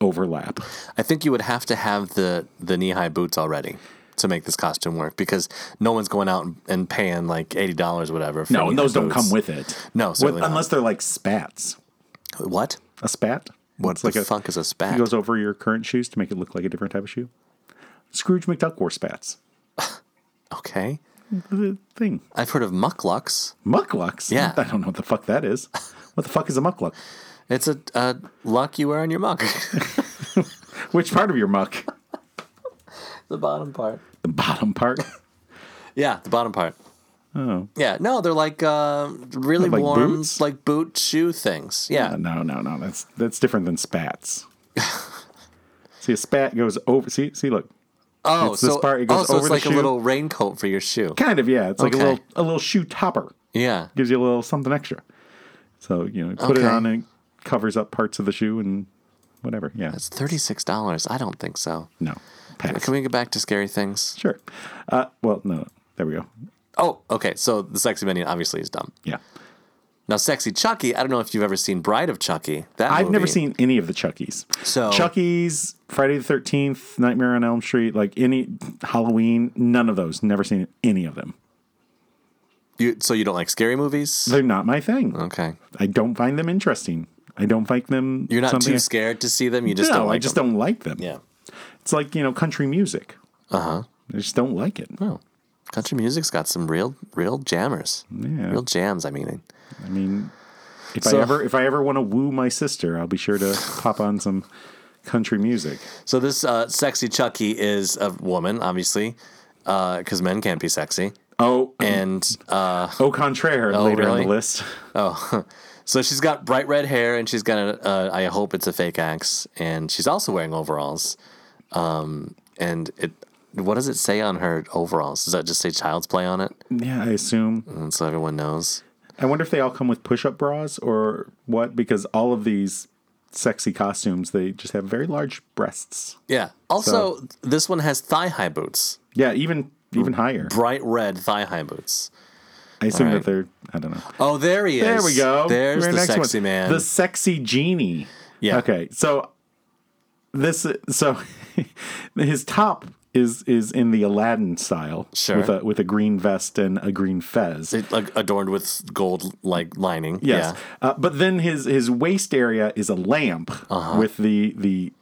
S2: overlap
S1: I think you would have to have the the knee high boots already to make this costume work because no one's going out and, and paying like eighty dollars whatever. For
S2: no and
S1: knee-high
S2: those don't
S1: boots.
S2: come with it
S1: No, certainly not.
S2: unless they're like spats
S1: what?
S2: a spat
S1: What
S2: It's
S1: the fuck is a
S2: He
S1: spat?
S2: goes over your current shoes to make it look like a different type of shoe. Scrooge McDuck wore spats.
S1: okay,
S2: The thing.
S1: I've heard of mucklucks.
S2: Mucklucks?
S1: Yeah.
S2: I don't know what the fuck that is. What the fuck is a muckluck?
S1: It's a, a luck you wear on your muck.
S2: Which part of your muck?
S1: the bottom part.
S2: The bottom part?
S1: Yeah, the bottom part.
S2: Oh.
S1: Yeah, no, they're like uh, really
S2: Like
S1: warm,
S2: boots?
S1: like boot shoe things.
S2: Uh,
S1: Yeah,
S2: No, no, no. That's that's different than spats. see, a spat goes over. See, see, look.
S1: oh,
S2: it's
S1: so
S2: this part, it goes
S1: oh, so
S2: over
S1: it's
S2: the
S1: like a
S2: shoe.
S1: little raincoat for your shoe.
S2: Kind of, yeah. It's like
S1: Okay.
S2: a little a little shoe topper.
S1: Yeah,
S2: Gives you a little something extra. So, you know, put it
S1: Okay.
S2: on and it covers up parts of the shoe and whatever. Yeah.
S1: it's thirty six dollars. I don't think so.
S2: no. Pass.
S1: Can we get back to scary things?
S2: Sure. Uh, well, no, there we go.
S1: Oh, okay. So the sexy minion obviously is dumb.
S2: Yeah.
S1: Now, sexy Chucky. I don't know if you've ever seen Bride of Chucky. That
S2: I've never
S1: movie.
S2: seen any of the Chuckies.
S1: So-
S2: Chucky's, Friday the Thirteenth, Nightmare on Elm Street, like any Halloween, none of those. Never seen any of them.
S1: You, so you don't like scary movies?
S2: They're not my thing.
S1: Okay.
S2: I don't find them interesting. I don't find them.
S1: You're not
S2: something
S1: too
S2: I-
S1: scared to see them. You just
S2: no,
S1: don't like
S2: I just
S1: them.
S2: don't like them.
S1: Yeah. Uh-huh.
S2: It's like you know country music. Uh huh. I just don't like it.
S1: Oh, country music's got some real, real jammers.
S2: Yeah.
S1: Real jams. I mean.
S2: I mean, if
S1: So-
S2: I ever if I ever want to woo my sister, I'll be sure to pop on some country music.
S1: So this uh, sexy Chucky is a woman, obviously, because men can't be sexy.
S2: Oh,
S1: And uh,
S2: au contraire later
S1: really?
S2: on the list.
S1: Oh, so she's got bright red hair, and she's got a. Uh, I hope it's a fake axe, and she's also wearing overalls. Um, and it, what does it say on her overalls? Does that just say "child's play" on it,
S2: Yeah, I assume.
S1: and so everyone knows?
S2: I wonder if they all come with push-up bras or what, because all of these sexy costumes they just have very large breasts.
S1: Yeah. Also, this one has thigh-high boots,
S2: Yeah, even even higher.
S1: bright red thigh-high boots.
S2: I assume
S1: right.
S2: that they're. I don't know.
S1: Oh, there he is.
S2: There we go.
S1: There's
S2: Very
S1: the
S2: next
S1: sexy
S2: one.
S1: man.
S2: The sexy genie.
S1: Yeah.
S2: Okay. So this so his top is is in the Aladdin style.
S1: Sure.
S2: With a with a green vest and a green fez.
S1: It, like adorned with gold like lining.
S2: Yes.
S1: Yeah.
S2: Uh, but then his his waist area is a lamp
S1: Uh-huh.
S2: with the the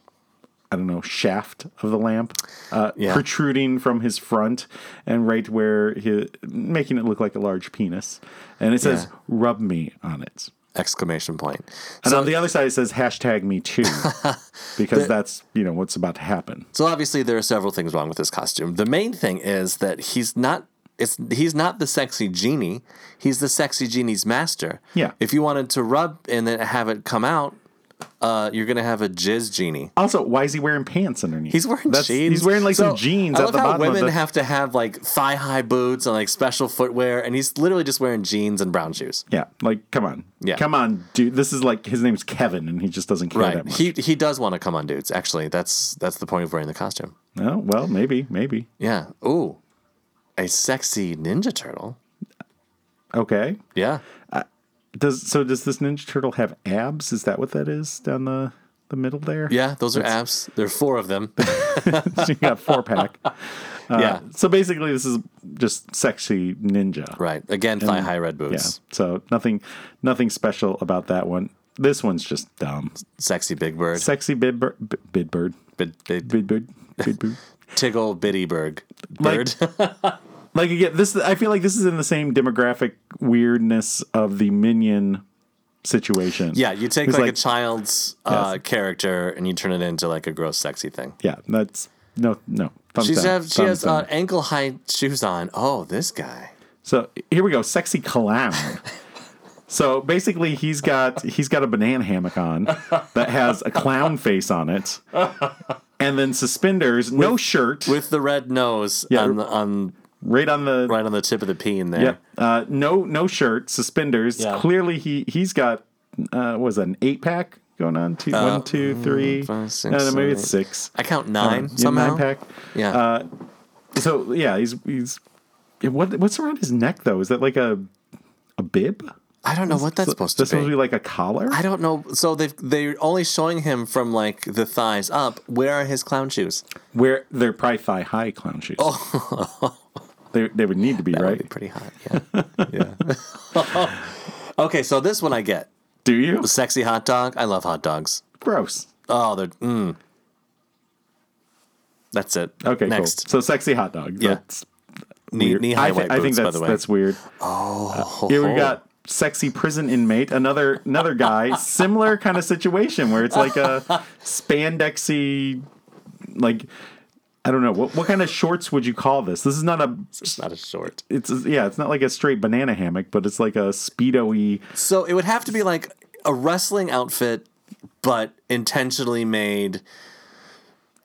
S2: I don't know shaft of the lamp uh,
S1: Yeah.
S2: protruding from his front and right where his making it look like a large penis. And it says "rub me" on it.
S1: Exclamation point.
S2: And on the other side it says hashtag me too because that's you know what's about to happen.
S1: So obviously there are several things wrong with this costume. The main thing is that he's not it's he's not the sexy genie. He's the sexy genie's master.
S2: Yeah.
S1: If you wanted to rub and then have it come out, uh, you're gonna have a jizz genie.
S2: Also, why is he wearing pants underneath?
S1: He's wearing
S2: That's-
S1: jeans.
S2: He's wearing like
S1: So,
S2: some jeans
S1: I
S2: at
S1: love
S2: the
S1: how
S2: bottom.
S1: women
S2: of the,
S1: have to have like thigh high boots and like special footwear, and he's literally just wearing jeans and brown shoes.
S2: yeah, like come on,
S1: Yeah.
S2: come on, dude. This is like his name's Kevin, and he just doesn't care that
S1: Right.
S2: much.
S1: He he does want to come on dudes. Actually, that's that's the point of wearing the costume.
S2: oh well, maybe, maybe.
S1: Yeah. Ooh, a sexy Ninja Turtle.
S2: Okay.
S1: Yeah.
S2: Does so? Does this Ninja Turtle have abs? Is that what that is down the the middle there?
S1: Yeah. Those are abs. There are four of them.
S2: Uh, you got four pack.
S1: yeah.
S2: So basically, this is just sexy ninja.
S1: Right. Again, thigh high red
S2: Yeah.
S1: boots.
S2: So nothing, nothing special about that one. This one's just dumb.
S1: Sexy big bird.
S2: Sexy bid bird, bid bird,
S1: Bid, bid,
S2: bid bird, bid bird.
S1: Tiggle Bittyberg. Bird.
S2: Like- like again, this I feel like this is in the same demographic weirdness of the minion situation.
S1: yeah. You take
S2: It's
S1: like,
S2: like-
S1: a child's uh, character and you turn it into like a gross sexy thing.
S2: yeah. That's no, no. Thumbs
S1: She's
S2: down,
S1: have, she
S2: thumbs
S1: has
S2: down.
S1: uh, ankle high shoes on. Oh, this guy.
S2: So here we go, sexy clown. so basically, he's got he's got a banana hammock on that has a clown face on it, and then suspenders, no shirt,
S1: With the red nose
S2: Yeah.
S1: on, the, on
S2: right on the
S1: right on the tip of the P in there.
S2: yeah, uh, no no shirt, suspenders.
S1: Yeah.
S2: Clearly, he he's got uh, what was that, an eight pack going on? Two, one, two, three.
S1: Uh, mm, five, six,
S2: no, no,
S1: seven,
S2: maybe it's six. Uh,
S1: I count nine
S2: Yeah,
S1: somehow.
S2: nine Uh, pack.
S1: Yeah.
S2: So yeah, he's he's what what's around his neck though? Is that like a a bib?
S1: I don't know what that's supposed to
S2: That's
S1: be.
S2: supposed to be like a collar.
S1: I don't know. So they've they're only showing him from like the thighs up. Where are his clown shoes?
S2: Where they're probably thigh high clown shoes. Oh. they, they would need to be, right?
S1: That'd be pretty hot. Yeah. yeah. okay, so this one I get.
S2: Do you?
S1: Sexy hot dog. I love hot dogs.
S2: Gross.
S1: Oh, they're mm. That's it.
S2: Okay,
S1: Next.
S2: cool. So sexy hot dog.
S1: Yeah.
S2: That's
S1: Knee,
S2: weird.
S1: knee high
S2: I, thi-
S1: white
S2: I
S1: boots,
S2: think that's
S1: by the way.
S2: that's weird.
S1: oh,
S2: Here we got sexy prison inmate, another another guy, similar kind of situation where it's like a spandexy like I don't know. What what kind of shorts would you call this? This is not a
S1: It's not a short.
S2: it's yeah, it's not like a straight banana hammock, but it's like a speedo-y
S1: So it would have to be like a wrestling outfit, but intentionally made.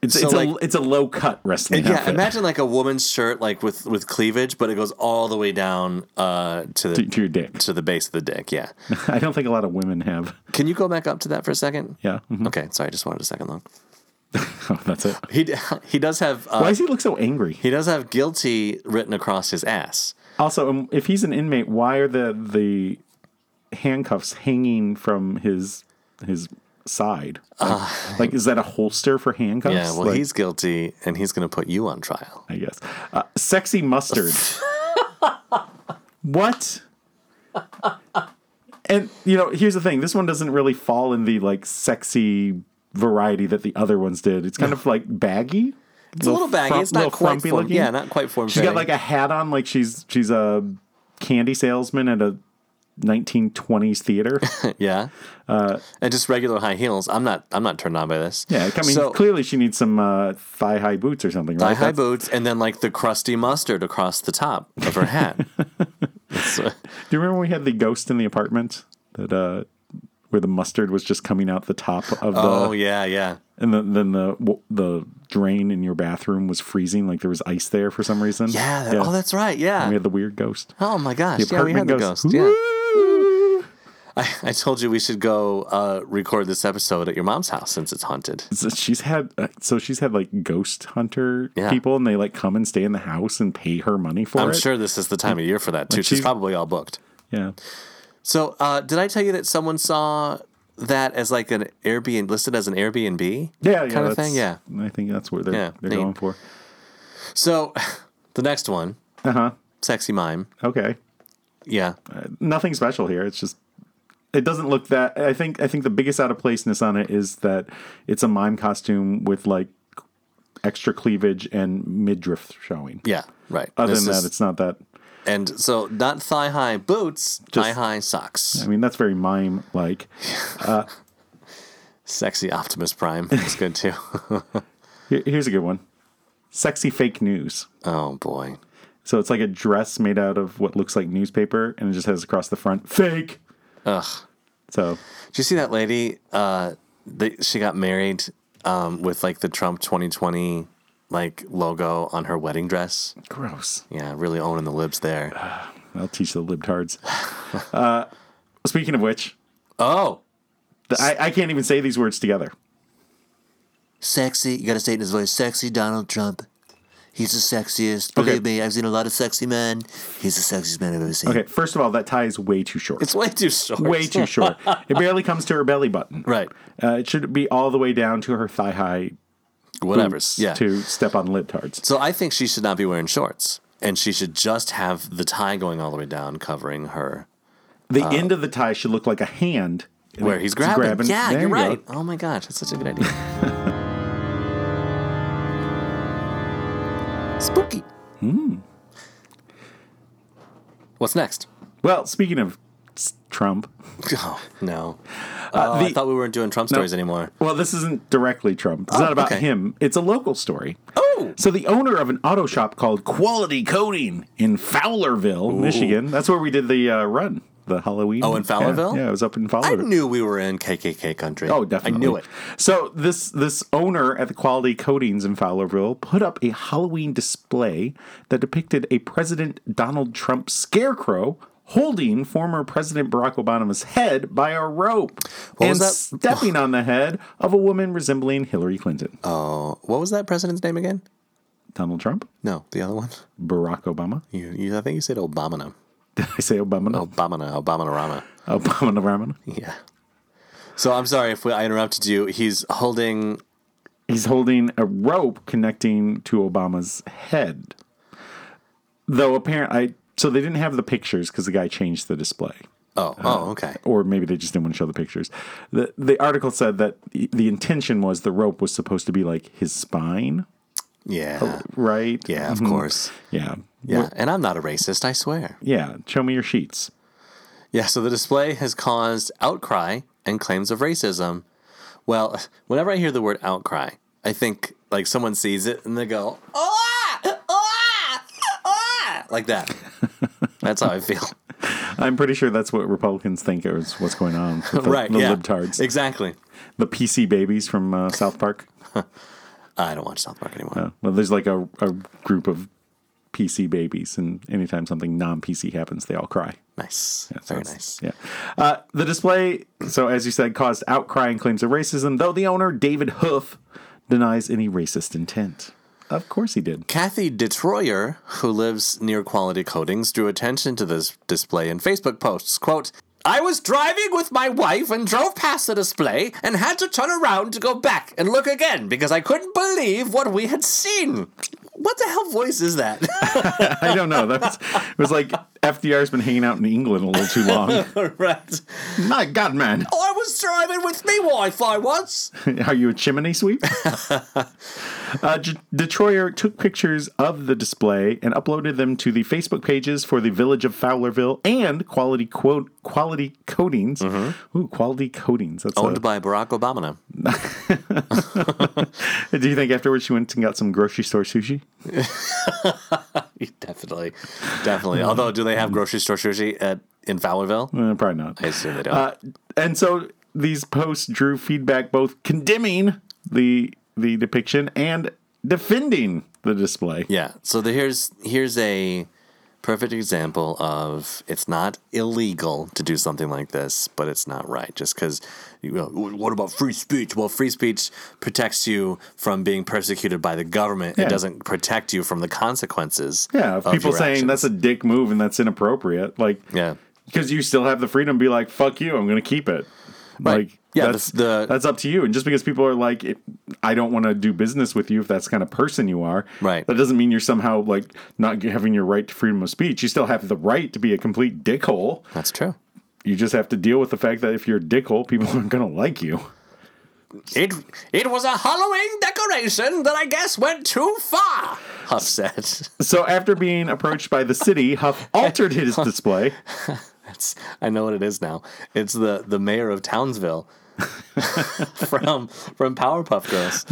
S2: it's,
S1: So,
S2: it's a
S1: like-
S2: it's a low cut wrestling
S1: Yeah,
S2: outfit.
S1: imagine like a woman's shirt, like with with cleavage, but it goes all the way down uh, to the
S2: to, to your dick.
S1: to the base of the dick. Yeah.
S2: I don't think a lot of women have.
S1: Can you go back up to that for a second?
S2: Yeah, mhm.
S1: Okay. Sorry, I just wanted a second look.
S2: oh, that's it.
S1: He d- he does have uh,
S2: Why does he look so angry?
S1: he does have guilty written across his ass.
S2: Also, um, if he's an inmate, why are the the handcuffs hanging from his his side? Like, like, is that a holster for handcuffs?
S1: Ah. Yeah. Well,
S2: Like,
S1: he's guilty, and he's going to put you on trial.
S2: I guess uh, sexy mustard. what? And you know, here's the thing. This one doesn't really fall in the like sexy variety that the other ones did. It's kind of like baggy.
S1: It's a little baggy.
S2: frum-
S1: it's not
S2: little
S1: quite
S2: frumpy
S1: form.
S2: looking.
S1: Yeah, not quite form.
S2: She's got like a hat on, like she's she's a candy salesman at a 1920s theater.
S1: yeah, and just regular high heels. I'm not. I'm not turned on by this.
S2: uh, Yeah, I mean,
S1: so
S2: clearly she needs some uh, thigh high boots or something,
S1: high
S2: right?
S1: high
S2: That's-
S1: boots, and then like the crusty mustard across the top of her hat. It's- uh,
S2: Do you remember when we had the ghost in the apartment that uh, where the mustard was just coming out the top of the,
S1: oh yeah, yeah.
S2: and then then the w- the drain in your bathroom was freezing, like there was ice there for some reason.
S1: Yeah, that- Oh, that's right. Yeah.
S2: we had the weird ghost.
S1: oh my gosh.
S2: The
S1: Yeah, we had the
S2: apartment
S1: ghost.
S2: goes,
S1: Yeah.
S2: "Woo!"
S1: I, I told you we should go uh, record this episode at your mom's house since it's haunted.
S2: So she's had uh, so she's had like ghost hunter
S1: Yeah.
S2: people, and they like come and stay in the house and pay her money for
S1: I'm
S2: it.
S1: sure this is the time of year for that too. She's
S2: she-
S1: probably all booked.
S2: Yeah,
S1: So, uh, did I tell you that someone saw that as like an Airbnb listed as an Airbnb?
S2: yeah, yeah,
S1: kind of
S2: that's-
S1: thing. Yeah.
S2: I think that's what they're
S1: Yeah,
S2: they're
S1: neat.
S2: going for.
S1: So, the next one,
S2: Uh huh.
S1: sexy mime.
S2: Okay.
S1: Yeah,
S2: nothing special here. It's just it doesn't look that. I think I think the biggest out of placeness on it is that it's a mime costume with like extra cleavage and midriff showing.
S1: yeah, right.
S2: Other
S1: This
S2: than
S1: is-
S2: that, it's not that.
S1: and so not thigh high boots, thigh high socks.
S2: I mean, that's very mime like.
S1: Sexy Optimus Prime. That's good too.
S2: Here's a good one: sexy fake news.
S1: oh boy.
S2: So it's like a dress made out of what looks like newspaper, and it just has across the front fake. Ugh. So
S1: Did you see that lady? Uh, they, she got married um, with like the Trump 2020 like logo on her wedding dress.
S2: gross.
S1: Yeah, really owning the libs there.
S2: I'll teach the libtards. uh, speaking of which,
S1: Oh,
S2: the, I, I can't even say these words together.
S1: sexy. You got to say it in his voice. Sexy Donald Trump. He's the sexiest. Believe me, I've seen a lot of sexy men. He's the sexiest man I've ever seen.
S2: Okay, first of all, that tie is way too short.
S1: It's way too short.
S2: way too short. It barely comes to her belly button.
S1: Right.
S2: Uh, it should be all the way down to her thigh high
S1: Whatever.
S2: boots
S1: Yeah.
S2: to step on libtards.
S1: So I think she should not be wearing shorts, and she should just have the tie going all the way down, covering her
S2: The end of the tie should look like a hand.
S1: Uh, where he's
S2: It's
S1: grabbing. Yeah,
S2: There
S1: you're
S2: you go.
S1: right. Oh my gosh, that's such a good idea. Spooky. Hmm. What's next?
S2: Well, speaking of s- Trump, uh,
S1: Oh no! Oh, I
S2: the-
S1: thought we weren't doing Trump stories anymore.
S2: well, this isn't directly Trump. It's not about
S1: okay.
S2: him. It's a local story.
S1: Oh,
S2: So the owner of an auto shop called Quality Coating in Fowlerville, Michigan. That's where we did the uh, run, the Halloween.
S1: Oh, in
S2: Yeah,
S1: Fowlerville?
S2: Yeah, it was up in
S1: I
S2: Fowlerville.
S1: knew we were in KKK country.
S2: Oh, definitely.
S1: I knew it.
S2: So this this owner at the Quality Coatings in Fowlerville put up a Halloween display that depicted a President Donald Trump scarecrow holding former President Barack Obama's head by a rope and
S1: was that?
S2: stepping on the head of a woman resembling Hillary Clinton.
S1: Uh. What was that president's name again?
S2: Donald Trump,
S1: No, the other one.
S2: Barack Obama.
S1: You, you I think you said Obama.
S2: Did I say Obama? No.
S1: Obama. Obama.
S2: Obama Obama.
S1: Yeah. So I'm sorry if we, I interrupted you. He's holding.
S2: He's holding a rope connecting to Obama's head. Though apparent I so they didn't have the pictures because the guy changed the display.
S1: Oh, oh, okay.
S2: Or maybe they just didn't want to show the pictures. The the article said that the the intention was the rope was supposed to be like his spine,
S1: Yeah,
S2: right?
S1: yeah, of
S2: Mhm.
S1: course.
S2: Yeah.
S1: Yeah, and I'm not a racist, I swear.
S2: Yeah. Show me your sheets.
S1: Yeah, so the display has caused outcry and claims of racism. Well, whenever I hear the word outcry, I think like someone sees it and they go, "Ah! Ah! Ah!" like that. That's how I feel.
S2: I'm pretty sure that's what Republicans think is what's going on. With the,
S1: right?
S2: The
S1: yeah.
S2: libtards.
S1: Exactly.
S2: The PC babies from uh, South Park.
S1: I don't watch South Park anymore.
S2: Well, there's like a, a group of PC babies, and anytime something non PC happens, they all cry.
S1: nice. Very
S2: That's-
S1: nice.
S2: Yeah. Uh, the display, so as you said, caused outcry and claims of racism, though the owner, David Hoof, denies any racist intent. Of course he did.
S1: Kathy Detroyer, who lives near Quality Coatings, drew attention to this display in Facebook posts. Quote, I was driving with my wife and drove past the display and had to turn around to go back and look again because I couldn't believe what we had seen. What the hell voice is that?
S2: I don't know. That was, it was like FDR's been hanging out in England a little too long.
S1: right.
S2: My God, man.
S1: I was driving with me Wi-Fi once.
S2: Are you a chimney sweep? uh, J- Detroyer took pictures of the display and uploaded them to the Facebook pages for the Village of Fowlerville and Quality Quote Quality Coatings. Ooh, Quality Coatings. That's
S1: Mm-hmm. Owned by Barack Obama.
S2: a, Do you think afterwards she went and got some grocery store sushi?
S1: definitely. Definitely. Although, do they have grocery store sushi at, in Fowlerville?
S2: Uh, probably not.
S1: I assume they don't.
S2: Uh, and so these posts drew feedback both condemning the the depiction and defending the display.
S1: Yeah. So the, here's here's a perfect example of it's not illegal to do something like this, but it's not right. Just because, you know, "Wh- what about free speech? Well, free speech protects you from being persecuted by the government.
S2: Yeah.
S1: It doesn't protect you from the consequences.
S2: Yeah, of
S1: of
S2: people
S1: your
S2: saying
S1: actions.
S2: that's a dick move and that's inappropriate. Like,
S1: Yeah.
S2: because you still have the freedom to be like, "Fuck you, I'm going to keep it."
S1: Right.
S2: Like,
S1: Yeah,
S2: that's
S1: the- the-
S2: that's up to you. And just because people are like, it, "I don't want to do business with you," if that's the kind of person you are,
S1: Right.
S2: That doesn't mean you're somehow like not having your right to freedom of speech. You still have the right to be a complete dickhole.
S1: That's true.
S2: You just have to deal with the fact that if you're a dickhole, people aren't going to like you.
S1: It it was a Halloween decoration that I guess went too far. Huff said.
S2: So after being approached by the city, Huff altered his display.
S1: That's I know what it is now. It's the the mayor of Townsville from from Powerpuff Girls.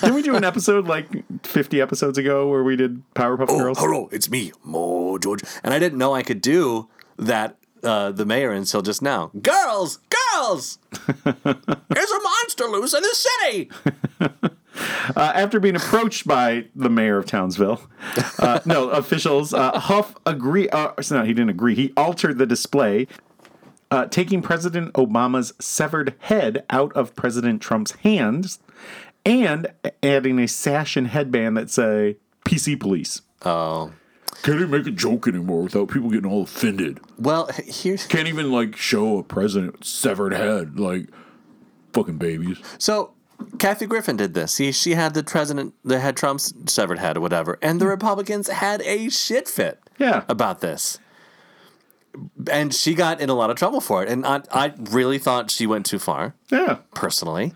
S2: Didn't we do an episode like 50 episodes ago where we did Powerpuff
S1: Oh,
S2: Girls?
S1: Hello, it's me, Mo George. And I didn't know I could do that, uh, the mayor, until just now. Girls, girls! There's a monster loose in the city!
S2: Uh, after being approached by the mayor of Townsville, uh, no officials, uh, Huff agree. Uh, no, he didn't agree. He altered the display, uh, taking President Obama's severed head out of President Trump's hands, and adding a sash and headband that say "PC Police."
S1: Oh.
S3: Can't even make a joke anymore without people getting all offended.
S1: Well, here's.
S3: Can't even like show a president severed head like fucking babies.
S1: So. Kathy Griffin did this. He, she had the president, the head Trump's severed head or whatever, and the Republicans had a shit fit
S2: Yeah.
S1: about this. And she got in a lot of trouble for it. And I, I really thought she went too far.
S2: Yeah,
S1: personally.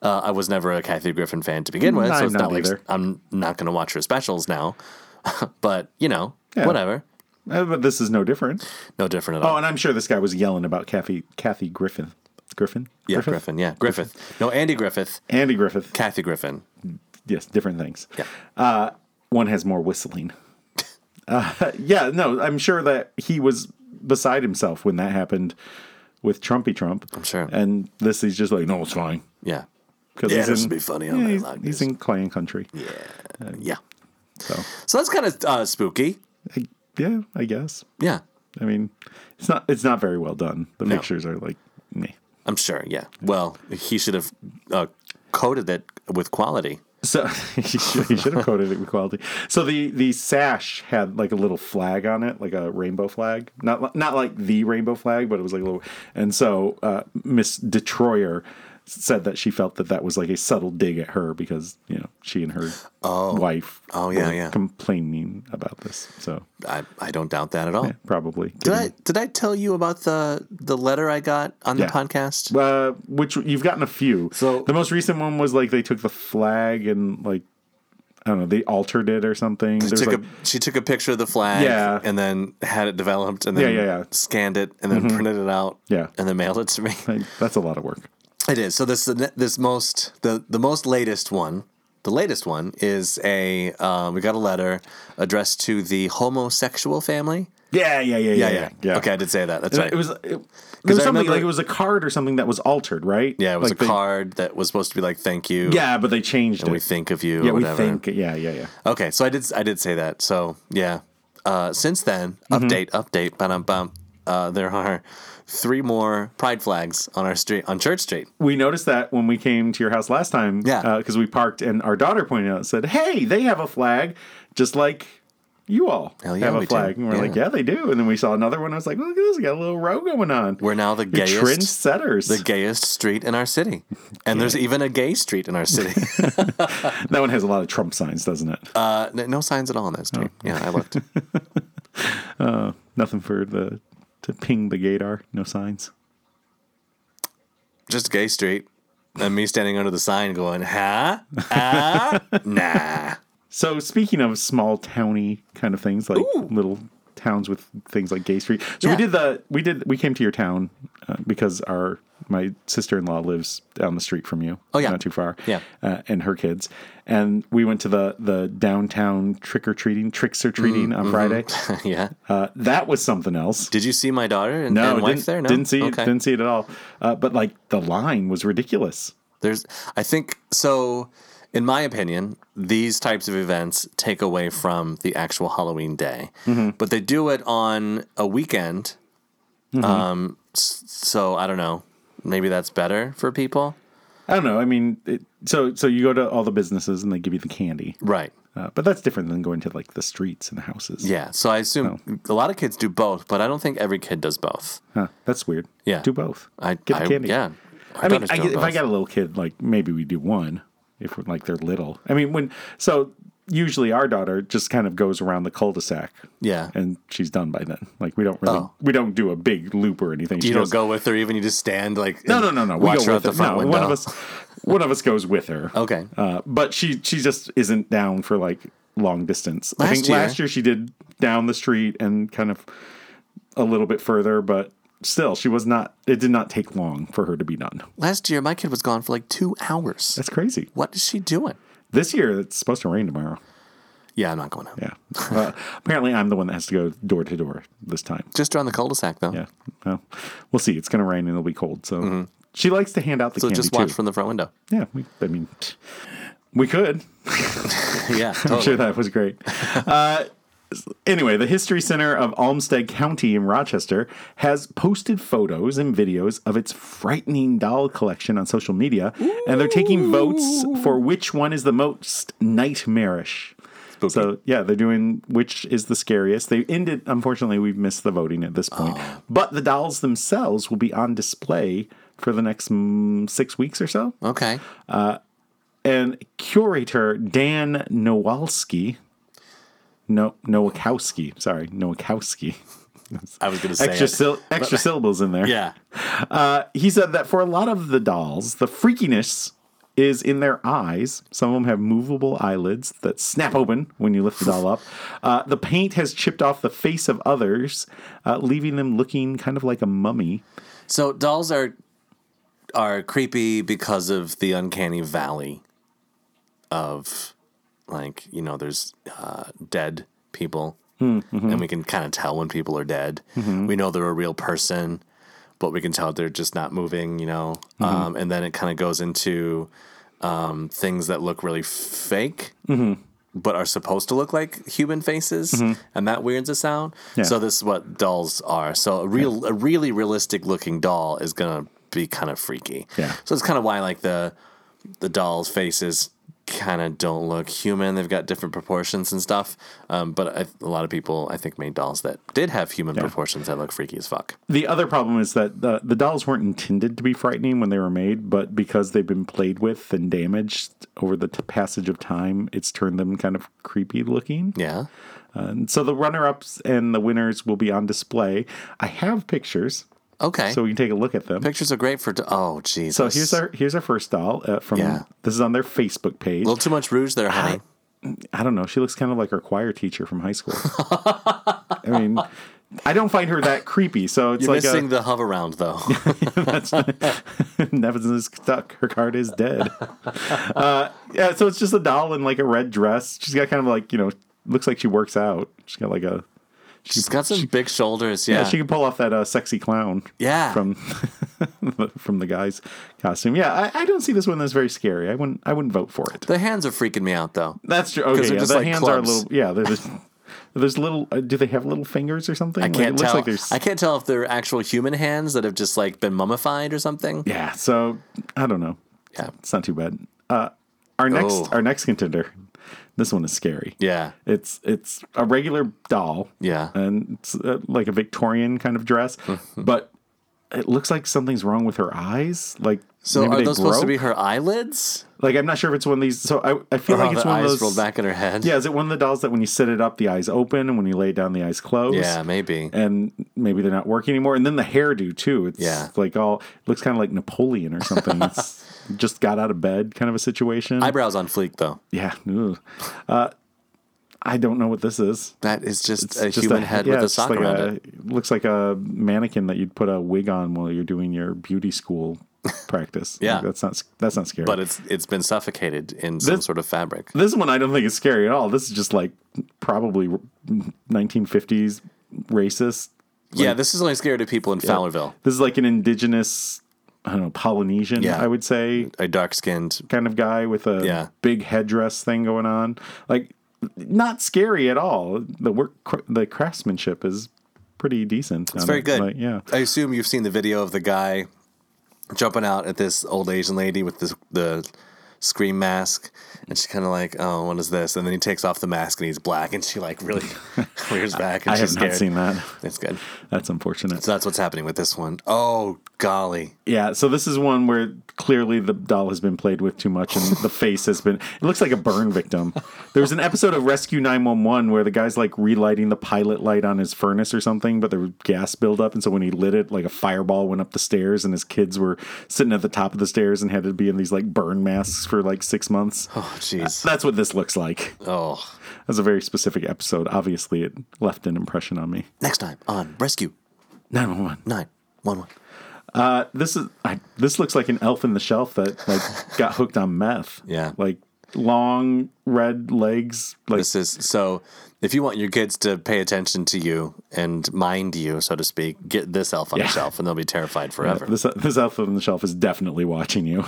S1: Uh, I was never a Kathy Griffin fan to begin with,
S2: I'm
S1: so it's
S2: not
S1: not, like
S2: either.
S1: I'm not going to watch her specials now. but you know,
S2: Yeah.
S1: whatever,
S2: Uh, but this is no different.
S1: no different at
S2: Oh,
S1: all.
S2: and I'm sure this guy was yelling about Kathy Kathy Griffin, Griffin,
S1: yeah, Griffin? yeah, Griffith. No, Andy Griffith,
S2: Andy Griffith.
S1: Kathy Griffin.
S2: yes, different things.
S1: Yeah.
S2: Uh, one has more whistling. Uh, yeah, no, I'm sure that he was beside himself when that happened with Trumpy Trump. I'm
S1: sure.
S2: And this, he's just like, no,
S3: No, it's fine.
S1: Yeah,
S2: because
S1: Yeah,
S2: he's
S1: this
S2: in,
S1: would be funny on
S2: Yeah,
S1: that
S2: he's,
S1: like
S2: he's
S1: this.
S2: in Clan Country. Yeah.
S1: yeah.
S2: So,
S1: So that's kind of uh, spooky.
S2: I, yeah, I guess.
S1: Yeah,
S2: I mean, it's not it's not very well done. The pictures are like, meh.
S1: I'm sure. Yeah. Well, he should have uh, coded it with quality.
S2: So he should, he should have quoted it with quality. So the the sash had like a little flag on it, like a rainbow flag, not li- not like the rainbow flag, but it was like a little. And so uh, Miss Detroyer said that she felt that that was like a subtle dig at her because you know she and her wife
S1: Oh, yeah,
S2: were
S1: yeah.
S2: complaining about this. So
S1: I, I don't doubt that at all.
S2: probably
S1: Did I did I tell you about the the letter I got on
S2: Yeah.
S1: the podcast?
S2: uh, which you've gotten a few.
S1: So-
S2: the most recent one was like they took the flag and like I don't know they altered it or something. There's
S1: took
S2: like,
S1: a, she took a picture of the flag
S2: Yeah.
S1: and then had it developed and then
S2: Yeah, yeah, yeah.
S1: scanned it and then printed it out
S2: Yeah.
S1: and then mailed it to me.
S2: like, that's a lot of work.
S1: It is. So this this most the the most latest one, the latest one is a um, we got a letter addressed to the homosexual family.
S2: Yeah, yeah, yeah, yeah, yeah.
S1: Okay, I did say that. That's
S2: And
S1: right.
S2: It was it, there was
S1: I
S2: something
S1: remember-
S2: like it was a card or something that was altered, right?
S1: yeah, it was
S2: Like
S1: a
S2: they-
S1: card that was supposed to be like thank you.
S2: Yeah, but they changed it.
S1: We think of you.
S2: yeah,
S1: or
S2: we
S1: whatever.
S2: think. Yeah, yeah, yeah.
S1: Okay, so I did I did say that. So yeah. Uh, since then,
S2: Mm-hmm.
S1: update, update, bum bum. Uh, there are three more pride flags on our street on Church Street.
S2: We noticed that when we came to your house last time.
S1: Yeah.
S2: because we parked and our daughter pointed out said, "Hey, they have a flag, just like." You all
S1: Hell yeah,
S2: have
S1: we
S2: a
S1: do.
S2: flag, and we're
S1: Yeah.
S2: like, "Yeah, they do." And then we saw another one. I was like, "Look at this! we Got a little row going on."
S1: We're now the
S2: You're
S1: gayest,
S2: trendsetters.
S1: the gayest street in our city, and there's even a gay street in our city.
S2: that one has a lot of Trump signs, doesn't it?
S1: uh, n- no signs at all on that street.
S2: Oh.
S1: Yeah, I looked.
S2: Nothing for the to ping the gaydar. No signs.
S1: Just gay street, and me standing under the sign going, "Huh? Ah? nah."
S2: So speaking of small towny kind of things, like little towns with things like Gay Street. So
S1: Yeah.
S2: we did the we did we came to your town uh, because our my sister in law lives down the street from you.
S1: Oh, yeah.
S2: not too far.
S1: Yeah.
S2: uh, and her kids, and we went to the the downtown trick or treating, tricks or treating on Friday.
S1: yeah.
S2: Uh, that was something else.
S1: Mm, mm-hmm. Did you see my daughter and,
S2: No,
S1: and wife
S2: didn't,
S1: there? No,
S2: didn't see
S1: Okay.
S2: didn't see it at all. Uh, but like the line was ridiculous.
S1: There's, I think, so in my opinion, these types of events take away from the actual Halloween day,
S2: Mm-hmm.
S1: but they do it on a weekend.
S2: Mm-hmm.
S1: Um, s- so I don't know. Maybe that's better for people,
S2: I don't know. I mean, it, so so you go to all the businesses and they give you the candy.
S1: right?
S2: Uh, but that's different than going to like the streets and houses.
S1: Yeah. So I assume
S2: Oh.
S1: a lot of kids do both, but I don't think every kid does both.
S2: Huh, that's weird.
S1: Yeah.
S2: Do both.
S1: I
S2: get the
S1: I-
S2: candy.
S1: Yeah. Our
S2: I mean,
S1: daughter's
S2: I
S1: doing
S2: get, if I
S1: both.
S2: got a little kid, like maybe we do one if we're like they're little. I mean, when so usually our daughter just kind of goes around the cul-de-sac.
S1: Yeah.
S2: And she's done by then. Like we don't really
S1: Oh.
S2: we don't do a big loop or anything.
S1: you
S2: She
S1: don't
S2: goes-
S1: go with her, even you just stand like
S2: No,
S1: and
S2: no, no, no. We
S1: Watch
S2: go
S1: her
S2: with
S1: out the
S2: her.
S1: front
S2: no,
S1: window.
S2: one of us one of us goes with her.
S1: Okay.
S2: Uh, but she she just isn't down for like long distance. I
S1: Last
S2: think
S1: year-
S2: last year she did down the street and kind of a little bit further, but still, she was not. It did not take long for her to be done.
S1: Last year, my kid was gone for like two hours.
S2: That's crazy.
S1: What is she doing?
S2: This year, it's supposed to rain tomorrow.
S1: Yeah, I'm not going out.
S2: Yeah. Uh, apparently, I'm the one that has to go door to door this time.
S1: Just around the cul-de-sac, though.
S2: Yeah. Well, we'll see. It's going to rain and it'll be cold. So she likes to hand out the
S1: Mm-hmm. So
S2: candy
S1: just watch
S2: too.
S1: from the front window.
S2: yeah. We, I mean, we could.
S1: yeah,
S2: I'm
S1: totally.
S2: sure that was great. Uh, anyway, the History Center of Olmsted County in Rochester has posted photos and videos of its frightening doll collection on social media, and they're taking votes for which one is the most nightmarish. So yeah, they're doing which is the scariest. They ended. Unfortunately, we've missed the voting at this point. But the dolls themselves will be on display for the next mm, six weeks or so
S1: Okay.
S2: and curator Dan Nowalski. No, Nowakowski. Sorry, Nowakowski.
S1: I was going to say
S2: Extra,
S1: it.
S2: syl- extra syllables in there.
S1: Yeah.
S2: Uh, he said that for a lot of the dolls, the freakiness is in their eyes. Some of them have movable eyelids that snap open when you lift the doll up. Uh, the paint has chipped off the face of others, uh, leaving them looking kind of like a mummy.
S1: So dolls are are creepy because of the uncanny valley of like, you know, there's uh, dead people
S2: Hmm, mm-hmm.
S1: and we can kind of tell when people are dead. We know they're a real person, but we can tell they're just not moving, you know.
S2: Mm-hmm.
S1: Um, and then it kind of goes into um, things that look really fake.
S2: Mm-hmm.
S1: But are supposed to look like human faces, and that weirds us out.
S2: Yeah.
S1: So this is what dolls are. So a real, a really realistic looking doll is gonna be kind of freaky.
S2: Yeah.
S1: So it's kind of why like the the dolls' faces kind of don't look human. They've got different proportions and stuff. Um, but I, a lot of people, I think, made dolls that did have human proportions that look freaky as fuck.
S2: The other problem is that the, the dolls weren't intended to be frightening when they were made, but because they've been played with and damaged over the t- passage of time, it's turned them kind of creepy looking.
S1: Yeah.
S2: And so the runner ups and the winners will be on display. I have pictures,
S1: Okay.
S2: so we can take a look at them.
S1: Pictures are great for. Do- oh, Jesus.
S2: So here's our here's our first doll uh, from
S1: Yeah.
S2: this is on their Facebook page.
S1: A little too much rouge there, honey.
S2: I don't know. She looks kind of like our choir teacher from high school. I mean, I don't find her that creepy. So it's
S1: You're
S2: like uh, a,
S1: missing the hover round, though.
S2: Nevins is stuck. Her card is dead. uh, yeah, so it's just a doll in like a red dress. She's got kind of like you know, looks like she works out. She's got like a
S1: She's got some big shoulders.
S2: yeah.
S1: Yeah.
S2: she can pull off that uh, sexy clown.
S1: Yeah.
S2: from from the guy's costume. Yeah, I, I don't see this one as very scary. I wouldn't I wouldn't vote for it.
S1: the hands are freaking me out, though.
S2: That's true.
S1: 'Cause
S2: Okay,
S1: they're
S2: yeah,
S1: just
S2: the
S1: like
S2: hands are
S1: clubs.
S2: little. Yeah, they're just. There's little. Uh, do they have little fingers or something?
S1: I can't
S2: it looks
S1: tell.
S2: like there's.
S1: I can't tell if they're actual human hands that have just like been mummified or something.
S2: yeah. So I don't know.
S1: Yeah.
S2: It's not too bad. Uh, our next
S1: Oh.
S2: our next contender. This one is scary.
S1: Yeah.
S2: It's it's a regular doll.
S1: Yeah.
S2: And it's uh, like a Victorian kind of dress,
S1: Mm-hmm.
S2: but it looks like something's wrong with her eyes. Like
S1: So
S2: maybe
S1: are
S2: they
S1: those supposed to
S2: broke?
S1: be her eyelids?
S2: Like I'm not sure if it's one of these. So I I feel
S1: Or
S2: like
S1: how
S2: it's
S1: the
S2: one
S1: eyes
S2: of those.
S1: roll back in her head.
S2: Yeah, is it one of the dolls that when you sit it up, the eyes open, and when you lay it down, the eyes close?
S1: Yeah, maybe.
S2: And maybe they're not working anymore. And then the hairdo too. It's
S1: Yeah.
S2: like all it looks kind of like Napoleon or something. it's just got out of bed kind of a situation.
S1: Eyebrows on fleek though.
S2: yeah. ugh. Uh, I don't know what this is.
S1: That is just
S2: It's
S1: a
S2: just
S1: human head
S2: yeah,
S1: with a
S2: it's just
S1: sock
S2: like
S1: around
S2: a-
S1: it.
S2: Looks like a mannequin that you'd put a wig on while you're doing your beauty school practice.
S1: Yeah.
S2: Like, that's not that's not scary.
S1: But it's it's been suffocated in some sort of fabric.
S2: This one I don't think is scary at all. This is just like probably 1950s racist.
S1: yeah, this is only scary to people in Fowlerville.
S2: This is like an indigenous, I don't know, Polynesian,
S1: Yeah.
S2: I would say,
S1: A dark skinned
S2: kind of guy with a
S1: Yeah.
S2: big headdress thing going on. Like, not scary at all. The work, the craftsmanship is pretty decent. It's
S1: very good.
S2: Like, yeah.
S1: I assume you've seen the video of the guy jumping out at this old Asian lady with this, the scream mask, and she's kind of like, "Oh, what is this?" And then he takes off the mask and he's black, and she like really rears back. And
S2: I
S1: she's
S2: have
S1: scared.
S2: not seen that.
S1: It's good.
S2: That's unfortunate.
S1: So that's what's happening with this one. Oh golly,
S2: Yeah, so this is one where clearly the doll has been played with too much, and the face has been. It looks like a burn victim. There was an episode of Rescue 911 where the guy's like relighting the pilot light on his furnace or something, but there was gas buildup, and so when he lit it, like a fireball went up the stairs, and his kids were sitting at the top of the stairs and had to be in these like burn masks for like six months.
S1: oh jeez,
S2: That's what this looks like.
S1: oh.
S2: That's a very specific episode. Obviously, it left an impression on me.
S1: Next time on Rescue
S2: 911.
S1: 9 One one.
S2: Uh, this is I, this looks like an elf in the shelf that like got hooked on meth.
S1: Yeah.
S2: like long red legs. Like
S1: This is so. If you want your kids to pay attention to you and mind you, so to speak, get this elf on the shelf, and they'll be terrified forever.
S2: this this elf on the shelf is definitely watching you.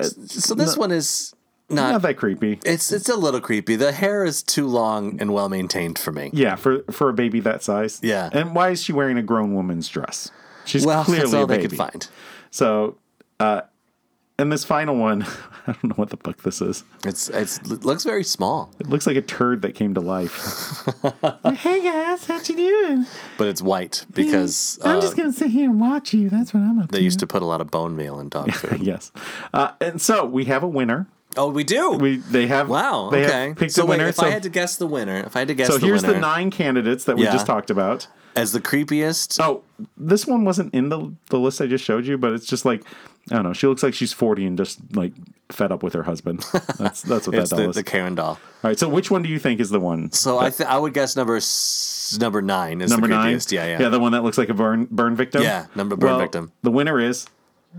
S1: so this one is not.
S2: Not that creepy.
S1: It's it's a little creepy. The hair is too long and well maintained for me.
S2: Yeah, for for a baby that size.
S1: Yeah.
S2: and why is she wearing a grown woman's dress? She's
S1: Well,
S2: clearly
S1: that's all
S2: a baby.
S1: they could find.
S2: So, uh, and this final one, I don't know what the fuck this is.
S1: It's it's it looks very small,
S2: It looks like a turd that came to life. hey guys, how you doing?
S1: but it's white because
S2: Mm, I'm
S1: uh,
S2: just gonna sit here and watch you. That's what I'm up
S1: they used to put a lot of bone meal in dog food.
S2: Yes, uh, and so we have a winner.
S1: oh, we do.
S2: We they have
S1: wow.
S2: They have
S1: okay.
S2: picked
S1: So
S2: a
S1: wait,
S2: winner.
S1: if
S2: so
S1: I had to guess the winner, if I had to guess
S2: so
S1: the
S2: here's
S1: winner
S2: the nine candidates that we
S1: Yeah.
S2: just talked about.
S1: as the creepiest,
S2: Oh, this one wasn't in the the list I just showed you, but it's just like I don't know. She looks like she's forty and just like fed up with her husband. That's that's what that
S1: it's
S2: doll
S1: the,
S2: is.
S1: the Karen doll.
S2: All right, so which one do you think is the one?
S1: So I th- I would guess number s- number nine is
S2: number
S1: the
S2: nine.
S1: creepiest. Yeah, yeah.
S2: the one that looks like a burn burn victim.
S1: Yeah, number burn
S2: Well,
S1: victim.
S2: The winner is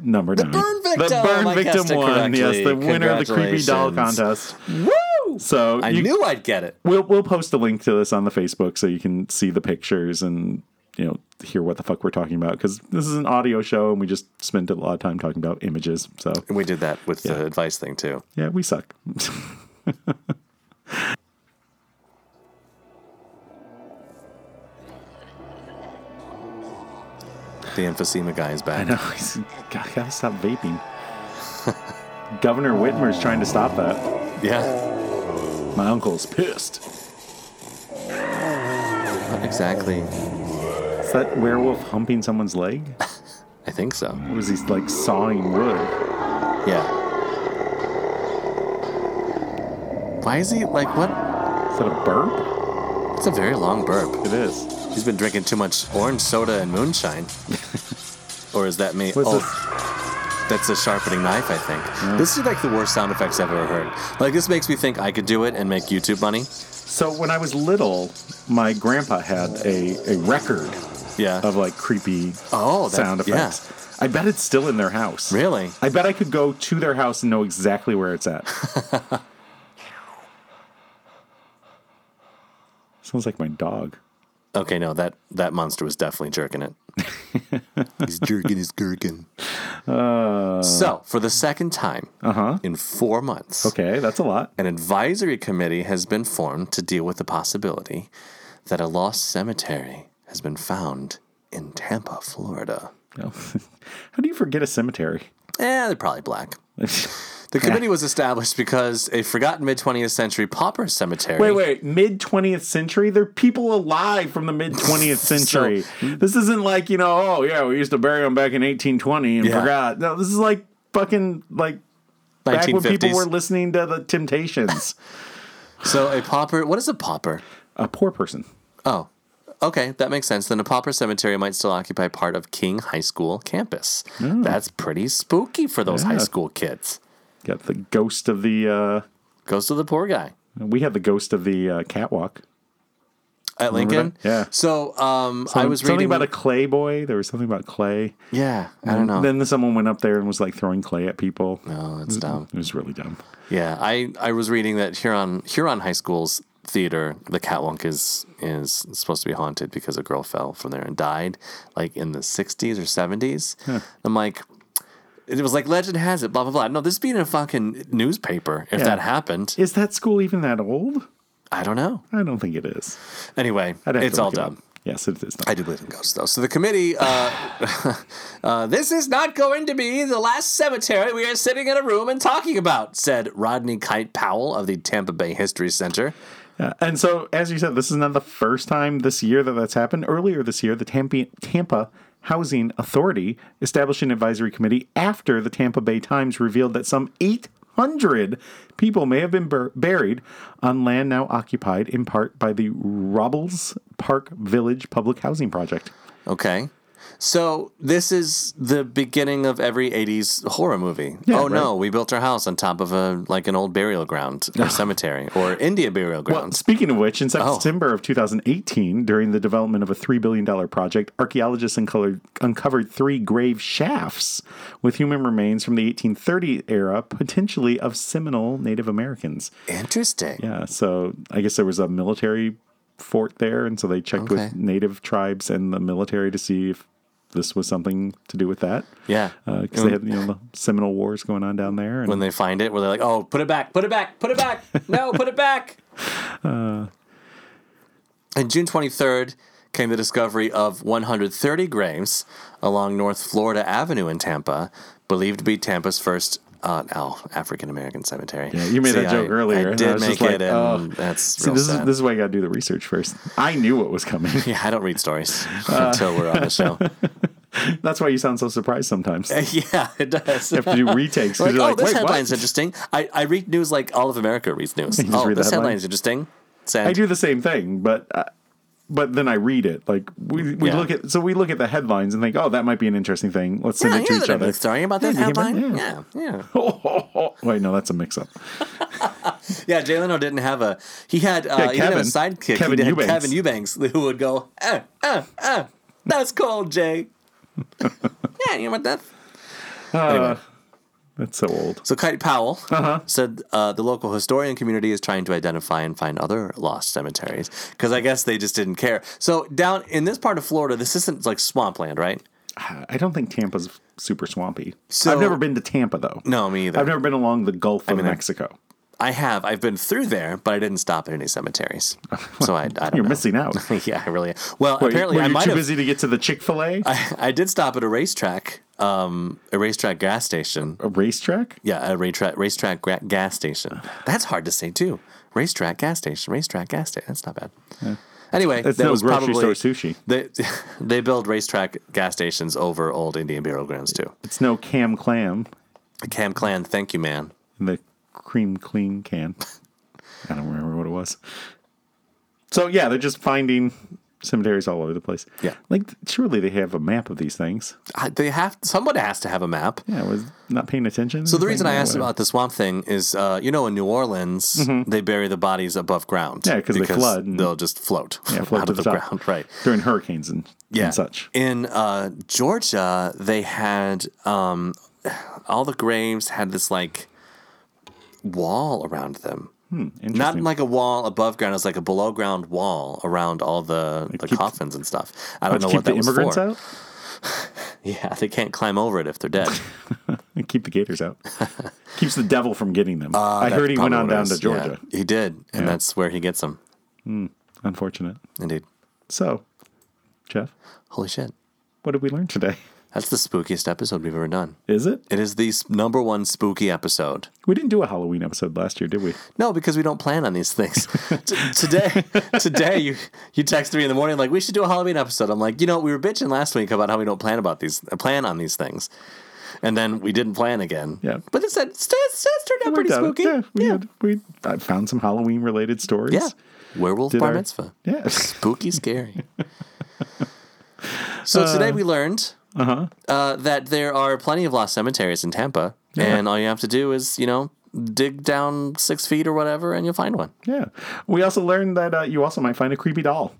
S2: number nine.
S1: burn
S2: The
S1: victim!
S2: burn
S1: I guessed
S2: victim
S1: it
S2: won. Yes, the
S1: correctly.
S2: winner of the creepy doll
S1: Congratulations.
S2: contest.
S1: Woo!
S2: So
S1: I
S2: you,
S1: knew I'd get it.
S2: we'll we'll post a link to this on the Facebook so you can see the pictures and you know hear what the fuck we're talking about because this is an audio show and we just spent a lot of time talking about images. So
S1: And we did that with the advice thing too.
S2: yeah, we suck.
S1: The emphysema guy is back.
S2: No, he's- God, gotta stop vaping. Governor Whitmer's trying to stop that.
S1: Yeah,
S2: My uncle's pissed.
S1: exactly.
S2: Is that werewolf humping someone's leg?
S1: I think so.
S2: Or is he like sawing wood?
S1: Yeah. Why is he like what?
S2: Is that a burp?
S1: It's a very long burp.
S2: It is.
S1: He's been drinking too much orange soda and moonshine. or is that me?
S2: What's
S1: oh,
S2: this? Mm.
S1: that's a sharpening knife, I think. This is like the worst sound effects I've ever heard. Like this makes me think I could do it and make YouTube money.
S2: So when I was little, my grandpa had a, a record
S1: Yeah.
S2: of like creepy
S1: Oh, that-
S2: sound
S1: yeah.
S2: effects. I bet it's still in their house.
S1: Really?
S2: I bet I could go to their house and know exactly where it's at. Sounds like my dog.
S1: Okay, no, that that monster was definitely jerking it. He's jerking his gherkin.
S2: Uh.
S1: so, for the second time in four months,
S2: Uh-huh. Okay, that's a lot.
S1: an advisory committee has been formed to deal with the possibility that a lost cemetery has been found in Tampa, Florida.
S2: No. How do you forget a cemetery?
S1: Eh, they're probably black. The committee was established because a forgotten mid 20th century pauper cemetery.
S2: Wait, wait, mid 20th century? They're people alive from the mid 20th century. this isn't like, you know, oh, yeah, we used to bury them back in 1820 and
S1: Yeah.
S2: forgot. No, this is like fucking, like, back when people
S1: 1950s.
S2: were listening to the Temptations.
S1: so, a pauper, what is a pauper?
S2: a poor person.
S1: Oh, okay. That makes sense. Then a pauper cemetery might still occupy part of King High School campus. That's pretty spooky for those high
S2: Hmm. Yeah.
S1: school kids.
S2: Got the ghost of the, uh,
S1: Goes to the poor guy
S2: we had the ghost of the uh, catwalk.
S1: at Lincoln.
S2: that? Yeah.
S1: So um, I was
S2: something
S1: reading
S2: about a clay boy. There was something about clay.
S1: Yeah, I don't know.
S2: Then someone went up there and was like throwing clay at people.
S1: oh, that's dumb.
S2: It was really dumb.
S1: Yeah, I, I was reading that Huron Huron High School's theater, the Catwalk is is supposed to be haunted because a girl fell from there and died, like in the '60s or '70s. I'm like, it was like legend has it, blah blah blah. No, this being a fucking newspaper. If that happened,
S2: Is that school even that old?
S1: I don't know.
S2: I don't think it is.
S1: Anyway,
S2: I'd have to
S1: it's all
S2: look it up.
S1: dumb.
S2: Yes, it is. Dumb.
S1: I do believe in ghosts, though. So the committee, uh, uh, this is not going to be the last cemetery we are sitting in a room and talking about, said Rodney Kite Powell of the Tampa Bay History Center.
S2: Yeah. And so, as you said, this is not the first time this year that that's happened. Earlier this year, the Tampa, Tampa Housing Authority established an advisory committee after the Tampa Bay Times revealed that some 800 people may have been bur- buried on land now occupied in part by the Robles Park Village Public Housing Project.
S1: Okay. So this is the beginning of every '80s horror movie.
S2: Yeah,
S1: oh
S2: right.
S1: no, we built our house on top of a like an old burial ground or cemetery or India burial
S2: Well,
S1: grounds.
S2: speaking of which, in
S1: Oh.
S2: September of 2018, during the development of a $3 billion project, archaeologists uncovered, uncovered three grave shafts with human remains from the 1830 era, potentially of Seminole Native Americans.
S1: Interesting.
S2: Yeah, so I guess there was a military fort there, and so they checked
S1: Okay.
S2: with Native tribes and the military to see if this was something to do with that.
S1: Yeah.
S2: Because they had you know, the Seminole Wars going on down there. And
S1: when they find it, where they're like, "Oh, put it back, put it back, put it back, no, put it back."
S2: Uh.
S1: and June twenty third came the discovery of one hundred thirty graves along North Florida Avenue in Tampa, believed to be Tampa's first. Uh, no, African American cemetery.
S2: Yeah, you made
S1: See,
S2: that joke
S1: I-
S2: earlier.
S1: I
S2: and
S1: did
S2: was
S1: make
S2: just like,
S1: it, and
S2: oh.
S1: that's
S2: See,
S1: real
S2: this
S1: sad.
S2: is this is why you got to do the research first. I knew what was coming.
S1: yeah, I don't read stories
S2: Uh.
S1: until we're on the show.
S2: That's why you sound so surprised sometimes. You
S1: yeah, it does.
S2: have to do retakes
S1: Like,
S2: because you're
S1: oh,
S2: like,
S1: this
S2: wait,
S1: headline's
S2: what?
S1: interesting. I, I read news like all of America reads news.
S2: just
S1: Oh,
S2: read the
S1: this
S2: headline.
S1: headline's interesting. Sad.
S2: I do the same thing, but uh, but then I read it. Like we, we
S1: Yeah.
S2: look at so we look at the headlines and think, oh, that might be an interesting thing. Let's send
S1: yeah,
S2: it
S1: yeah,
S2: to each
S1: that'd be
S2: other.
S1: a story about that
S2: Yeah, you can-
S1: headline.
S2: yeah. Oh.
S1: Yeah, yeah.
S2: Wait, no, that's a mix-up.
S1: Yeah, Jay Leno didn't have a. He had. Uh,
S2: Yeah,
S1: he didn't have a
S2: Kevin.
S1: sidekick.
S2: Kevin
S1: he had
S2: Eubanks.
S1: Kevin Eubanks, who would go, uh, uh, uh, "That's cold, Jay." yeah, you know what that. Anyway,
S2: That's so old.
S1: so Kite Powell
S2: Uh-huh.
S1: said uh, the local historian community is trying to identify and find other lost cemeteries because I guess they just didn't care. So down in this part of Florida, this isn't like swampland, right?
S2: I don't think Tampa's super swampy.
S1: So-
S2: I've never been to Tampa though.
S1: No, me either.
S2: I've never been along the Gulf of Mexico.
S1: I have. I've been through there, but I didn't stop at any cemeteries. So I, I don't
S2: You're
S1: know.
S2: missing out.
S1: yeah, I really. Well,
S2: Were you-
S1: apparently
S2: were
S1: I
S2: you
S1: might
S2: too
S1: have.
S2: busy to get to the Chick Fil A
S1: I, I did stop at a racetrack, um, a racetrack gas station.
S2: racetrack?
S1: Yeah, a racetrack, racetrack gra- gas station. That's hard to say too. Racetrack gas station, racetrack gas station. That's not bad. Anyway,
S2: That's
S1: that
S2: no
S1: was
S2: grocery
S1: probably
S2: store sushi.
S1: They they build racetrack gas stations over old Indian burial grounds too.
S2: It's no cam clam
S1: Cam Clan, thank you, man.
S2: in the cream clean can. I don't remember what it was. So yeah, they're just finding cemeteries all over the place.
S1: Yeah.
S2: like surely they have a map of these things.
S1: I, they have someone has to have a map.
S2: Yeah, I was not paying attention. uh,
S1: So the reason I asked about the swamp thing is, uh, you know, in New Orleans, they bury the bodies above ground.
S2: Mm-hmm. Yeah, 'cause they flood and-
S1: They'll just float
S2: yeah, float
S1: out
S2: to
S1: of
S2: the,
S1: the,
S2: top.
S1: ground, right?
S2: during hurricanes and,
S1: yeah.
S2: and such.
S1: In uh, Georgia, they had um, all the graves had this like wall around them. Not
S2: Interesting.
S1: like a wall above ground, it's like a below ground wall around all the, the
S2: keep-
S1: coffins and stuff. I don't
S2: Let's
S1: know
S2: keep
S1: what
S2: the
S1: that was
S2: immigrants
S1: for.
S2: out.
S1: Yeah, they can't climb over it if they're dead.
S2: And keep the gators out. Keeps the devil from getting them. I heard he went
S1: Ah, Probably
S2: on
S1: what it
S2: down to
S1: is. Yeah,
S2: Georgia.
S1: he did, and that's where he gets them.
S2: Unfortunate.
S1: Indeed.
S2: So, Jeff,
S1: Holy shit.
S2: what did we learn today?
S1: That's the spookiest episode we've ever done.
S2: Is it?
S1: It is the s- number one spooky episode.
S2: We didn't do a Halloween episode last year, did we?
S1: No, because we don't plan on these things. T- today, today you you text me in the morning like we should do a Halloween episode. I'm like, you know, we were bitching last week about how we don't plan about these uh, plan on these things, and then we didn't plan again.
S2: Yeah.
S1: but it said it's, it's, it's turned out
S2: We
S1: pretty
S2: done it.
S1: spooky.
S2: Yeah, we Did. we I found some Halloween related stories.
S1: Yeah. werewolf
S2: Did
S1: bar
S2: our-
S1: mitzvah,
S2: Yeah.
S1: spooky, scary. so today we learned
S2: Uh-huh.
S1: uh, that there are plenty of lost cemeteries in Tampa, and all you have to do is you know dig down six feet or whatever, and you'll find one.
S2: yeah. We also learned that uh, you also might find a creepy doll.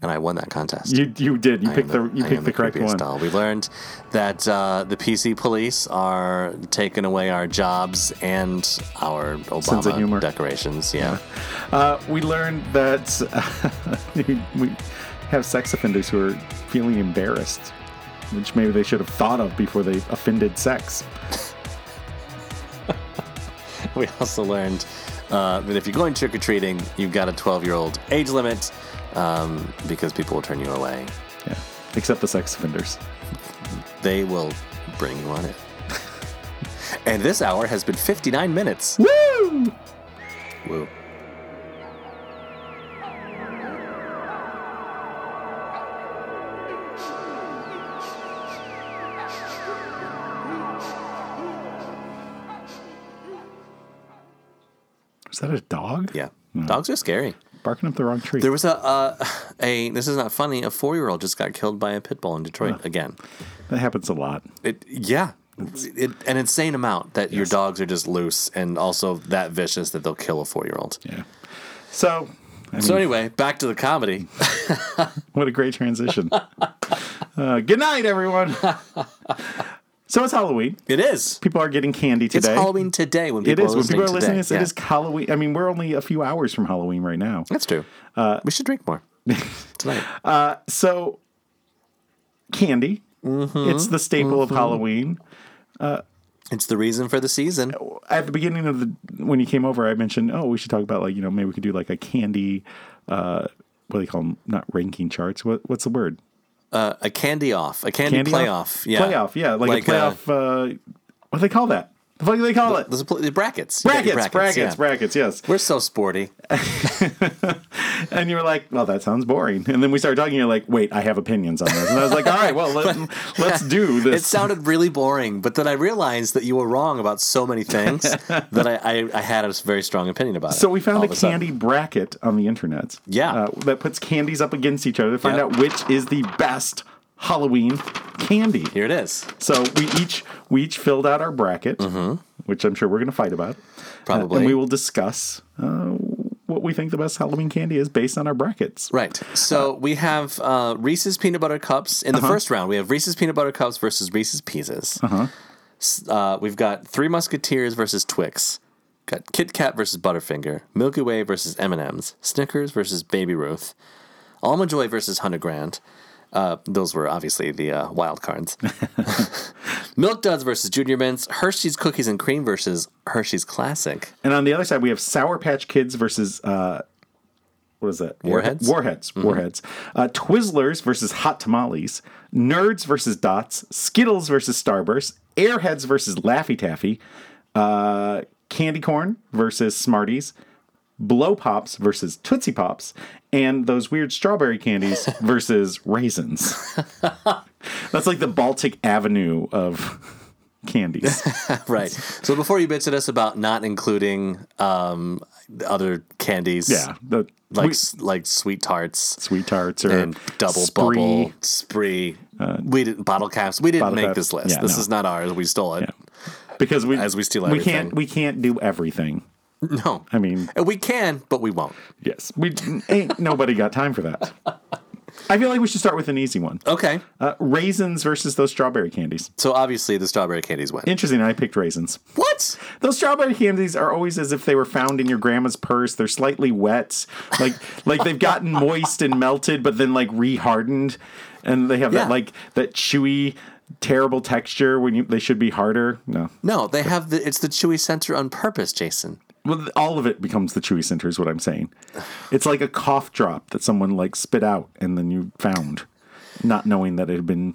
S1: And I won that contest.
S2: You you did. You
S1: I am
S2: picked the, you
S1: I am
S2: picked the correct
S1: creepiest
S2: one.
S1: doll. We learned that uh, the PC police are taking away our jobs and our
S2: Sense of humor.
S1: Obama decorations. Yeah.
S2: Uh, we learned that we have sex offenders who are feeling embarrassed, which maybe they should have thought of before they offended sex.
S1: We also learned uh, that if you're going trick or treating, you've got a 12 year old age limit um, because people will turn you away.
S2: Yeah. Except the sex offenders.
S1: They will bring you on it. and this hour has been 59 minutes.
S2: Woo!
S1: Woo.
S2: Is that a dog?
S1: Yeah. Dogs are scary.
S2: barking up the wrong tree.
S1: There was a uh, a this is not funny. A four year old just got killed by a pit bull in Detroit again.
S2: that happens a lot.
S1: It yeah, it, an insane amount that your dogs are just loose and also that vicious that they'll kill a four year old.
S2: Yeah. So, I mean,
S1: So anyway, back to the comedy.
S2: what a great transition. uh, good night, everyone. so it's Halloween.
S1: It is.
S2: People are getting candy
S1: It's
S2: today.
S1: Halloween today when
S2: It
S1: people
S2: is.
S1: are
S2: When
S1: listening
S2: people are
S1: today.
S2: listening, to this,
S1: Yeah.
S2: it is Halloween. I mean, we're only a few hours from Halloween right now.
S1: That's true.
S2: Uh,
S1: we should drink more tonight.
S2: So, candy.
S1: Mm-hmm.
S2: It's the staple of Halloween.
S1: it's the reason for the season.
S2: At the beginning of the when you came over, I mentioned, oh, we should talk about like you know maybe we could do like a candy. Uh, what do they call them? Not ranking charts. What what's the word?
S1: Uh, a candy off, a candy,
S2: Candy
S1: playoff.
S2: off?
S1: Yeah,
S2: playoff. Yeah, like, a playoff. Uh, what do they call that? The fuck do they call it?
S1: there's a pl- brackets. You got
S2: Brackets,
S1: your
S2: brackets,
S1: yeah.
S2: brackets, yes.
S1: We're so sporty.
S2: And you were like, well, that sounds boring. And then we started talking, you're like, wait, I have opinions on this. And I was like, all right, well, let, let's do
S1: It
S2: this.
S1: sounded really boring, but then I realized that you were wrong about so many things that I, I, I had a very strong opinion about it.
S2: So we
S1: all
S2: found a
S1: of sudden.
S2: candy bracket on the internet.
S1: Yeah.
S2: Uh, that puts candies up against each other to find
S1: Yep.
S2: out which is the best Halloween candy.
S1: Here it is,
S2: So we each we each filled out our bracket, which I'm sure we're going to fight about.
S1: Mm-hmm. Probably.
S2: and we will discuss uh, what we think the best Halloween candy is based on our brackets.
S1: right? So we have uh, Reese's peanut butter cups in the first round. We have Reese's peanut butter cups versus Reese's pieces. Uh-huh. we've got Three Musketeers versus Twix. Got Kit Kat versus Butterfinger. Milky Way versus M and M's. Snickers versus Baby Ruth. Almond Joy versus Hundred Grand. Uh, those were obviously the uh, wild cards. Milk Duds versus Junior Mints. Hershey's Cookies and Cream versus Hershey's Classic.
S2: And on the other side, we have Sour Patch Kids versus uh, what is that?
S1: Warheads? Mm-hmm.
S2: Warheads. Warheads. Uh, Twizzlers versus Hot Tamales. Nerds versus Dots. Skittles versus Starburst. Airheads versus Laffy Taffy. Uh, candy Corn versus Smarties. Blow Pops versus Tootsie Pops. And those weird strawberry candies versus raisins. That's like the Baltic Avenue of candies.
S1: Right. So before you bitch at us about not including um, other candies,
S2: Yeah. The,
S1: like s like sweet tarts
S2: sweet tarts or
S1: and double
S2: spree. Uh,
S1: bubble spree, we didn't bottle caps. We didn't
S2: Bottle
S1: make
S2: caps.
S1: this list.
S2: Yeah,
S1: this
S2: no.
S1: is not ours. We stole it.
S2: because we
S1: as we steal
S2: we can't
S1: everything.
S2: we can't do everything.
S1: No,
S2: I mean,
S1: And we can, but we won't.
S2: yes, we ain't nobody got time for that. I feel like we should start with an easy one:
S1: Okay.
S2: uh, raisins versus those strawberry candies.
S1: So obviously the strawberry candies win.
S2: Interesting. I picked raisins.
S1: what?
S2: Those strawberry candies are always as if they were found in your grandma's purse. They're slightly wet, like like they've gotten moist and melted, but then like rehardened, and they have
S1: Yeah.
S2: that like that chewy, terrible texture when you they should be harder. No,
S1: No, they have the. It's the chewy center on purpose, Jason.
S2: Well, th- all of it becomes the chewy center, is what I'm saying. It's like a cough drop that someone like spit out and then you found, not knowing that it had been.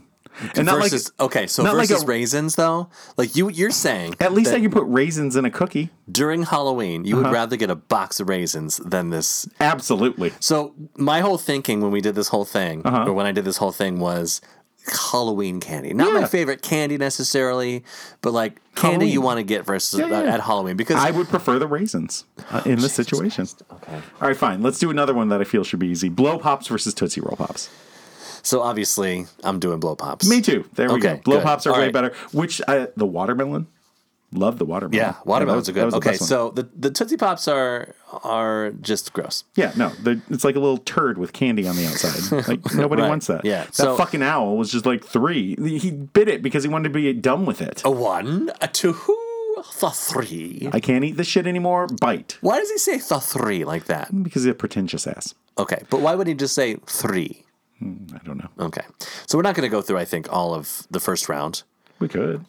S2: And not like
S1: versus uh, okay, so
S2: not like
S1: versus
S2: a-
S1: raisins though, like you you're saying
S2: at least Uh-huh. I can put raisins in a cookie.
S1: during Halloween you would rather get a box of raisins than this
S2: Absolutely.
S1: So my whole thinking when we did this whole thing,
S2: Uh-huh.
S1: or when I did this whole thing, was Halloween candy. Not my
S2: Yeah.
S1: favorite candy necessarily, but like candy
S2: Halloween.
S1: you want to get versus
S2: Yeah, yeah, yeah.
S1: at Halloween because
S2: I would prefer the raisins uh, in this situation.
S1: okay.
S2: All right, fine. Let's do another one that I feel should be easy: blow pops versus tootsie roll pops.
S1: So obviously I'm doing blow pops.
S2: Me too. There we
S1: Okay,
S2: go. Blow
S1: good.
S2: pops are
S1: All
S2: way
S1: right.
S2: better. Which I, the watermelon, love the watermelon.
S1: Yeah,
S2: that
S1: watermelons
S2: was-
S1: are
S2: that
S1: good.
S2: was the
S1: Okay,
S2: best one.
S1: so the the tootsie pops are are just gross.
S2: Yeah, no, they're- it's like a little turd with candy on the outside. Like nobody
S1: Right,
S2: wants that.
S1: yeah,
S2: that
S1: so-
S2: fucking owl was just like three. He bit it because he wanted to be done with it.
S1: A one, a two, the three.
S2: I can't eat this shit anymore. Bite
S1: Why does he say the three like that?
S2: because he's a pretentious ass.
S1: Okay, but why would he just say three?
S2: I don't know.
S1: Okay, so we're not going to go through. I think all of the first round,
S2: We could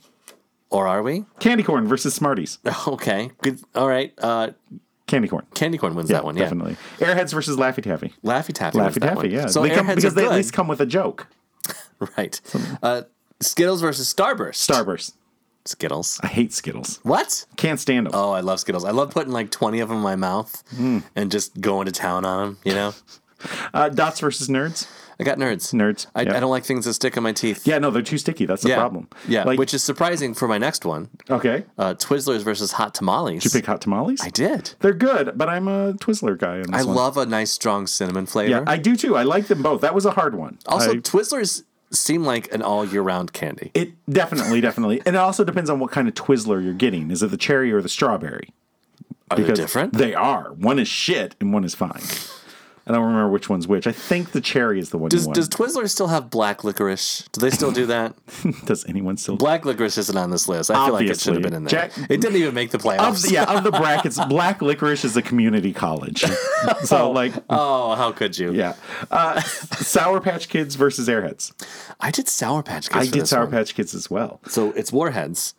S1: or are we?
S2: candy corn versus Smarties.
S1: Okay. Good. All right. Uh,
S2: Candy corn.
S1: candy corn wins that one. Yeah.
S2: definitely. Airheads versus Laffy Taffy.
S1: Laffy Taffy. wins
S2: Laffy
S1: that
S2: Taffy.
S1: one.
S2: Yeah,
S1: So
S2: they come,
S1: airheads
S2: because
S1: are
S2: they
S1: good.
S2: at least come with a joke.
S1: right. Uh, Skittles versus Starburst.
S2: Starburst.
S1: Skittles.
S2: I hate Skittles.
S1: What?
S2: Can't stand them.
S1: Oh, I love Skittles. I love putting like twenty of them in
S2: Hmm.
S1: my mouth and just going to town on them. You know.
S2: Uh, dots versus nerds.
S1: I got nerds.
S2: Nerds,
S1: I,
S2: yeah.
S1: I don't like things that stick in my teeth.
S2: Yeah, no, they're too sticky. That's the
S1: Yeah.
S2: problem.
S1: Yeah,
S2: like,
S1: which is surprising for my next one.
S2: okay.
S1: Uh, Twizzlers versus hot tamales.
S2: Did you pick hot tamales?
S1: I did.
S2: They're good, but I'm a Twizzler guy. On this
S1: I
S2: one.
S1: love a nice strong cinnamon flavor.
S2: Yeah, I do too. I like them both. That was a hard one.
S1: also,
S2: I-
S1: Twizzlers seem like an all year round candy.
S2: it definitely, definitely, and it also depends on what kind of Twizzler you're getting. Is it the cherry or the strawberry?
S1: Are they different?
S2: They are. One is shit and one is fine. I don't remember which one's which. I think the cherry is the one.
S1: does,
S2: you want.
S1: does Twizzlers still have black licorice? Do they still do that?
S2: Does anyone still?
S1: black licorice isn't on this list. I feel like it should have
S2: Obviously.
S1: been in there.
S2: Jack-
S1: it didn't even make the
S2: of
S1: playoffs.
S2: the, yeah, of the brackets, black licorice is a community college. so like,
S1: Oh, how could you?
S2: yeah, uh, Sour Patch Kids versus Airheads.
S1: I did Sour Patch
S2: I
S1: Kids. for
S2: did
S1: this
S2: Sour
S1: one.
S2: Patch Kids as well.
S1: So it's Warheads.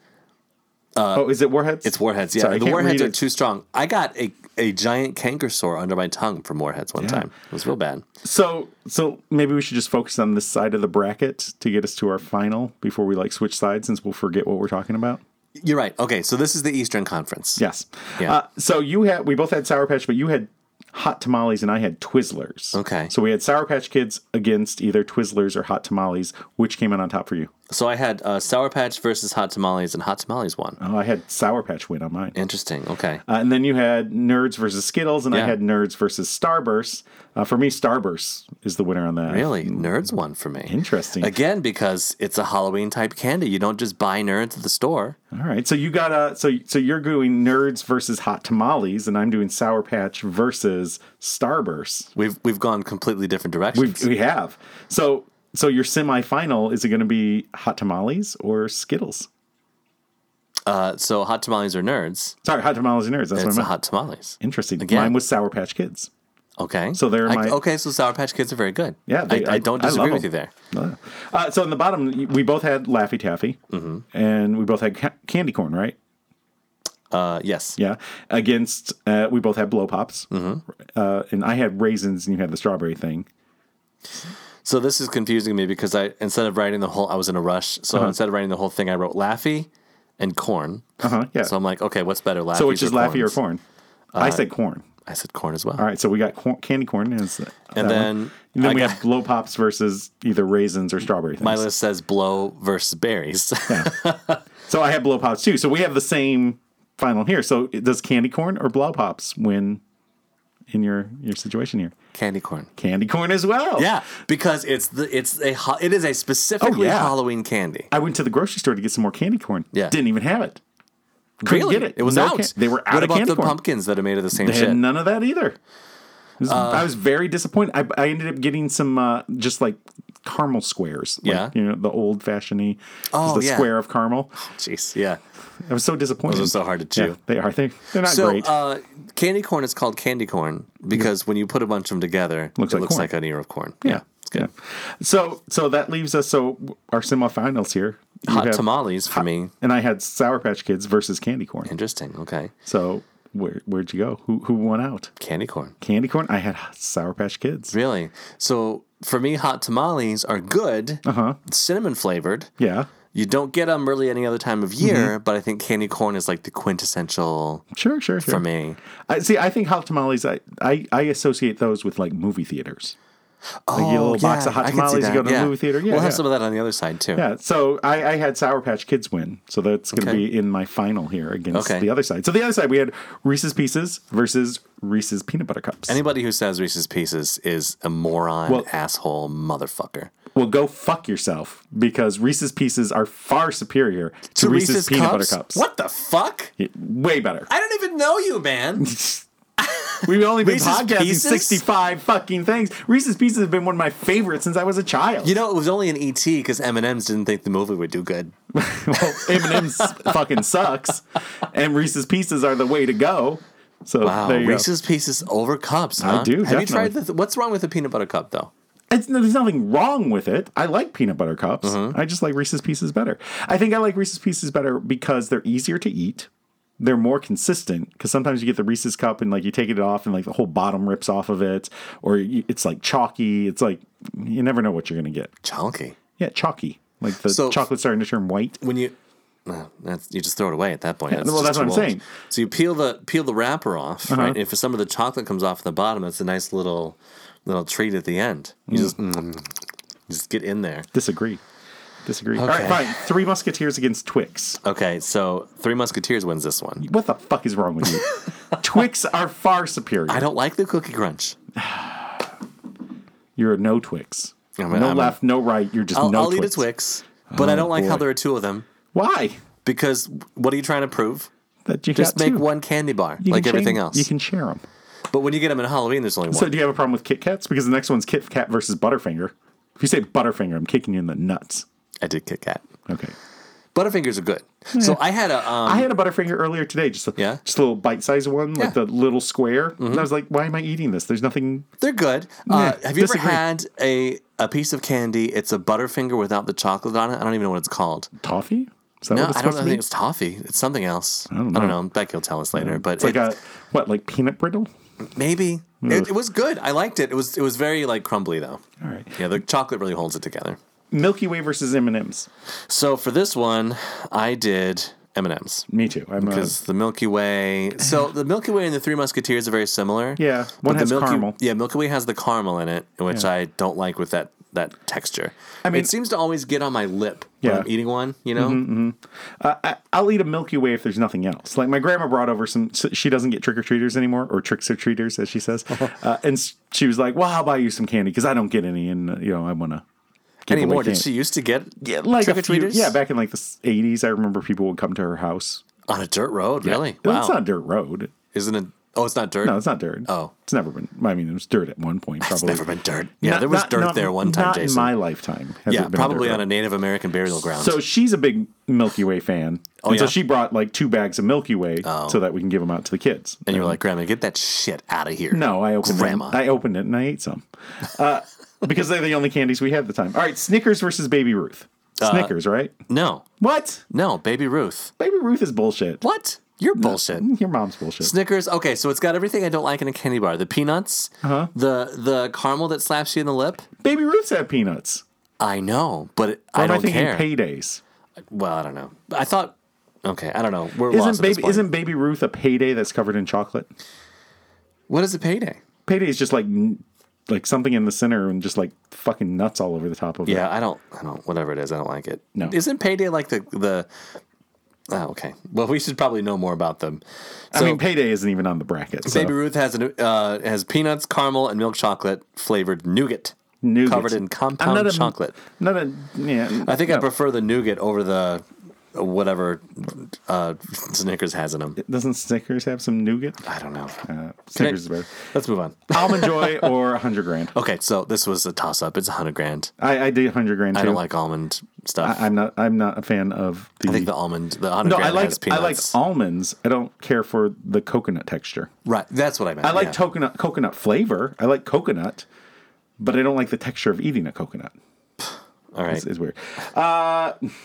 S2: oh, is it Warheads?
S1: Uh, It's Warheads. Yeah,
S2: Sorry, I
S1: the
S2: can't
S1: Warheads
S2: read
S1: are
S2: it.
S1: too strong. I got a, a giant canker sore under my tongue from Warheads one time. It was real bad.
S2: So, so maybe we should just focus on this side of the bracket to get us to our final before we like switch sides, since we'll forget what we're talking about.
S1: You're right. Okay, so this is the Eastern Conference.
S2: Yes.
S1: Yeah.
S2: Uh, so you had we both had Sour Patch, but you had hot tamales and I had Twizzlers.
S1: Okay.
S2: So we had Sour Patch Kids against either Twizzlers or hot tamales. Which came out on top for you?
S1: So I had uh, Sour Patch versus Hot Tamales, and Hot Tamales won.
S2: Oh, I had Sour Patch win on mine.
S1: Interesting. Okay.
S2: Uh, and then you had Nerds versus Skittles, and I
S1: Yeah.
S2: had Nerds versus Starburst. Uh, for me, Starburst is the winner on that.
S1: Really, Nerds won for me.
S2: Mm. Interesting.
S1: Again, because it's a Halloween type candy. You don't just buy Nerds at the store.
S2: All right. So you got uh so so you're doing Nerds versus Hot Tamales, and I'm doing Sour Patch versus Starburst.
S1: We've we've gone completely different
S2: We
S1: directions.
S2: we have. So so your semifinal is it going to be Hot Tamales or Skittles?
S1: uh, so Hot Tamales are Nerds.
S2: Sorry, Hot Tamales and Nerds. That's what I
S1: It's a
S2: meant.
S1: Hot Tamales.
S2: Interesting.
S1: Again.
S2: Mine was Sour Patch Kids.
S1: Okay.
S2: So they're
S1: I-
S2: my-
S1: okay. So Sour Patch Kids are very good.
S2: Yeah, they-
S1: I, I
S2: I-
S1: don't
S2: I love
S1: disagree with you
S2: them.
S1: there.
S2: Uh, so in the bottom, we both had Laffy Taffy,
S1: Mm-hmm.
S2: and we both had ca- candy corn, right?
S1: Uh, yes.
S2: Yeah. Against, uh, we both had blow pops,
S1: Mm-hmm.
S2: uh, and I had raisins, and you had the strawberry thing.
S1: So this is confusing me because I instead of writing the whole, I was in a rush. So
S2: Uh-huh.
S1: instead of writing the whole thing, I wrote Laffy and corn.
S2: Uh huh. Yeah.
S1: So I'm like, okay, what's better, Laffy?
S2: So which is Laffy or corn?
S1: Uh,
S2: I said corn.
S1: I said corn as well.
S2: All right, so we got corn, candy corn, and, it's- that one.
S1: then
S2: and then
S1: I
S2: we
S1: got-
S2: have blow pops versus either raisins or strawberry things.
S1: My list says blow versus berries.
S2: So I have blow pops too. So we have the same final here. So it- does candy corn or blow pops win in your your situation here?
S1: Candy corn.
S2: Candy corn as well.
S1: Yeah, because it's the it's a ho- it is a specifically
S2: Oh, yeah.
S1: Halloween candy.
S2: I went to the grocery store to get some more candy corn.
S1: Yeah.
S2: Didn't even have it. Couldn't
S1: really?
S2: get it.
S1: It was
S2: No
S1: out.
S2: can- they were out
S1: What
S2: of
S1: about
S2: candy
S1: the
S2: corn.
S1: pumpkins that are made of the same
S2: They
S1: shit? Uh,
S2: had none of that either. It was- I was very disappointed. I, I ended up getting some uh, just like caramel squares. Like,
S1: Yeah.
S2: You know, the old fashioned
S1: Oh,
S2: the
S1: yeah.
S2: square of caramel.
S1: Jeez, yeah.
S2: I was so disappointed.
S1: Those are so hard to
S2: Yeah,
S1: chew.
S2: they are. They, they're not
S1: So
S2: great.
S1: uh, candy corn is called candy corn because when you put a bunch of them together,
S2: Looks
S1: it
S2: like
S1: looks
S2: corn.
S1: like an ear of corn.
S2: yeah. It's good. So so that leaves us so our semifinals here. You
S1: Hot
S2: have-
S1: tamales for me.
S2: And I had Sour Patch Kids versus Candy Corn.
S1: Interesting. Okay.
S2: So where where'd you go? Who who won out?
S1: Candy corn.
S2: Candy Corn? I had Sour Patch Kids.
S1: Really? So for me, hot tamales are good, uh-huh. cinnamon flavored.
S2: Yeah.
S1: You don't get them really any other time of year,
S2: Mm-hmm.
S1: but I think candy corn is like the quintessential
S2: Sure, sure, sure.
S1: for me.
S2: I see. I think hot tamales. I, I, I associate those with like movie theaters.
S1: Oh,
S2: you get a little box of hot
S1: I can see
S2: tamales, you
S1: that,
S2: go to the movie theater, yeah,
S1: we'll have
S2: yeah.
S1: some of that on the other side too.
S2: Yeah. So I, I had Sour Patch Kids win. So that's going to
S1: Okay.
S2: be in my final here against
S1: Okay.
S2: the other side. So the other side we had Reese's Pieces versus Reese's Peanut Butter Cups.
S1: Anybody who says Reese's Pieces is a moron,
S2: Well-
S1: asshole, motherfucker.
S2: well, go fuck yourself because Reese's Pieces are far superior to, Reese's, Peanut Butter Cups.
S1: What the fuck?
S2: Yeah, Way better.
S1: I don't even know you, man.
S2: We've only been
S1: Reese's
S2: podcasting
S1: Pieces?
S2: 65 fucking things. Reese's Pieces have been one of my favorites since I was a child.
S1: you know, it was only an E ET because M&M's didn't think the movie would do good.
S2: well, M&M's fucking sucks, and Reese's Pieces are the way to go. So
S1: Wow,
S2: there you go.
S1: Reese's Pieces over cups. Huh?
S2: Oh, do,
S1: Have you
S2: definitely.
S1: tried the? what's wrong with the peanut butter cup though?
S2: It's, there's nothing wrong with it. I like peanut butter cups.
S1: Uh-huh.
S2: I just like Reese's Pieces better. I think I like Reese's Pieces better because they're easier to eat. They're more consistent because sometimes you get the Reese's cup and like you take it off and like the whole bottom rips off of it, or you, it's like chalky. It's like you never know what you're gonna get.
S1: Chunky.
S2: Yeah, chalky. Like the
S1: So-
S2: chocolate's starting to turn white.
S1: When you. no, That's, you just throw it away at that point.
S2: well,
S1: just
S2: that's what
S1: too
S2: I'm saying. Uh-huh.
S1: So you peel the peel the wrapper off, right? If some of the chocolate comes off the bottom, it's a nice little little treat at the end. You just
S2: Mm.
S1: mm, just get in there.
S2: Disagree. Disagree. All right,
S1: Okay.
S2: fine. Three Musketeers against Twix.
S1: Okay, so Three Musketeers wins this one.
S2: What the fuck is wrong with you? Twix are far superior.
S1: I don't like the cookie crunch.
S2: You're a no Twix.
S1: I mean,
S2: no
S1: I'm a-
S2: left, no right. You're just
S1: I'll,
S2: no
S1: I'll
S2: Twix.
S1: eat a Twix, but I don't like how
S2: boy.
S1: there are two of them
S2: Why?
S1: because what are you trying to prove?
S2: That you
S1: Just
S2: got
S1: make
S2: two.
S1: one candy bar
S2: You can
S1: like
S2: share-
S1: everything else.
S2: You can share them.
S1: But when you get them in Halloween, there's only one.
S2: So do you have a problem with Kit Kats? Because the next one's Kit Kat versus Butterfinger. If you say Butterfinger, I'm kicking you in the nuts.
S1: I did Kit Kat.
S2: Okay.
S1: Butterfingers are good. So I had a um,
S2: I had a Butterfinger earlier today, just a,
S1: Yeah?
S2: just a little bite-sized one, like
S1: Yeah. Mm-hmm.
S2: the little square. And I was like, why am I eating this? There's nothing.
S1: They're good. Uh,
S2: Yeah,
S1: have you
S2: disagree.
S1: ever had a a piece of candy? It's a Butterfinger without the chocolate on it. I don't even know what it's called.
S2: Toffee? Is that
S1: No,
S2: what it's
S1: I don't
S2: supposed
S1: know. I
S2: to be?
S1: think it's toffee. It's something else. I
S2: don't
S1: I
S2: know.
S1: don't know. Becky will tell us later. But
S2: It's like
S1: it-
S2: a what, like peanut brittle?
S1: maybe it, it was good. I liked it. It was it was very like crumbly though.
S2: All right.
S1: Yeah, the chocolate really holds it together.
S2: Milky Way versus M and M's.
S1: So for this one, I did M and M's
S2: Me too. I'm a,
S1: because the Milky Way. So the Milky Way and the Three Musketeers are very similar.
S2: yeah. One
S1: the
S2: has
S1: Milky,
S2: caramel.
S1: Yeah, Milky Way has the caramel in it, which
S2: Yeah.
S1: I don't like with that that texture. I
S2: mean-
S1: mean, it seems to always get on my lip
S2: Yeah. Mm-hmm.
S1: when I'm eating one. You know,
S2: I, I'll eat a Milky Way if there's nothing else. Like my grandma brought over some. so She doesn't get trick or treaters anymore, or tricks or treaters, as she says. uh, and s- she was like, "Well, I'll buy you some candy because I don't get any, and uh, you know I want to."
S1: anymore? Did she used to get
S2: Yeah, like a
S1: trick or
S2: few-
S1: treaters?
S2: yeah, back in like the s- 80s, I remember people would come to her house.
S1: on a dirt road? Really?
S2: Well,
S1: Wow.
S2: It's not dirt road.
S1: Isn't it? Oh, it's not dirt.
S2: No, it's not dirt.
S1: Oh.
S2: it's never been. I mean, it was dirt at one point. Probably
S1: it's never been dirt. Yeah,
S2: Not-
S1: there was
S2: not-
S1: dirt
S2: not-
S1: there one time,
S2: not
S1: Jason.
S2: in my lifetime. has
S1: yeah,
S2: it been
S1: probably
S2: dirt
S1: on a Native American burial ground.
S2: So she's a big Milky Way fan.
S1: Oh,
S2: and so
S1: yeah? Oh.
S2: she brought like two bags of Milky Way so that we can give them out to the kids.
S1: and you were like, Grandma, get that shit out of here.
S2: No, I opened
S1: Grandma.
S2: it. I opened it and I ate some. Uh, because they're the only candies we had at the time. All right, Snickers versus Baby Ruth.
S1: Uh,
S2: Snickers, right?
S1: no,
S2: What?
S1: no, Baby Ruth.
S2: Baby Ruth is bullshit. Mm,
S1: What? You're bullshit.
S2: Your mom's bullshit.
S1: Snickers. Okay, so it's got everything I don't like in a candy bar: the peanuts,
S2: Uh-huh.
S1: the the caramel that slaps you in the lip.
S2: Baby Ruth's had peanuts.
S1: I know, but it,
S2: Why
S1: I
S2: am I
S1: don't
S2: thinking
S1: care.
S2: paydays?
S1: well, I don't know. I thought. Okay, I don't know. We're lost
S2: Isn't
S1: at this
S2: baby
S1: point.
S2: isn't Baby Ruth a payday that's covered in chocolate?
S1: What is a payday?
S2: Payday is just like n- like something in the center and just like fucking nuts all over the top of it.
S1: Yeah, I don't. I don't. Whatever it is, I don't like it.
S2: No.
S1: Isn't payday like the the? Oh, okay. Well, we should probably know more about them.
S2: I
S1: So,
S2: mean, payday isn't even on the bracket. So.
S1: Baby Ruth has an, uh, has peanuts, caramel, and milk chocolate flavored nougat,
S2: Nougat.
S1: covered in
S2: I'm
S1: compound
S2: not a-
S1: chocolate.
S2: Not a yeah.
S1: I think I
S2: no,
S1: prefer the nougat over the whatever uh, Snickers has in them.
S2: doesn't Snickers have some nougat?
S1: I don't know.
S2: Uh, Snickers is better.
S1: Let's move on.
S2: Almond Joy or hundred grand?
S1: Okay, so this was a toss up. It's a hundred grand.
S2: I, I did hundred grand too.
S1: I don't like almond stuff. I,
S2: I, am not. I'm not a fan of the.
S1: think the almond, the hundred
S2: no, I
S1: grand
S2: like.
S1: has
S2: I
S1: peanuts.
S2: like almonds. I don't care for the coconut texture.
S1: right, that's what I meant.
S2: I like
S1: yeah.
S2: coconut coconut flavor. I like coconut, but I don't like the texture of eating a coconut.
S1: All right,
S2: It's, it's weird.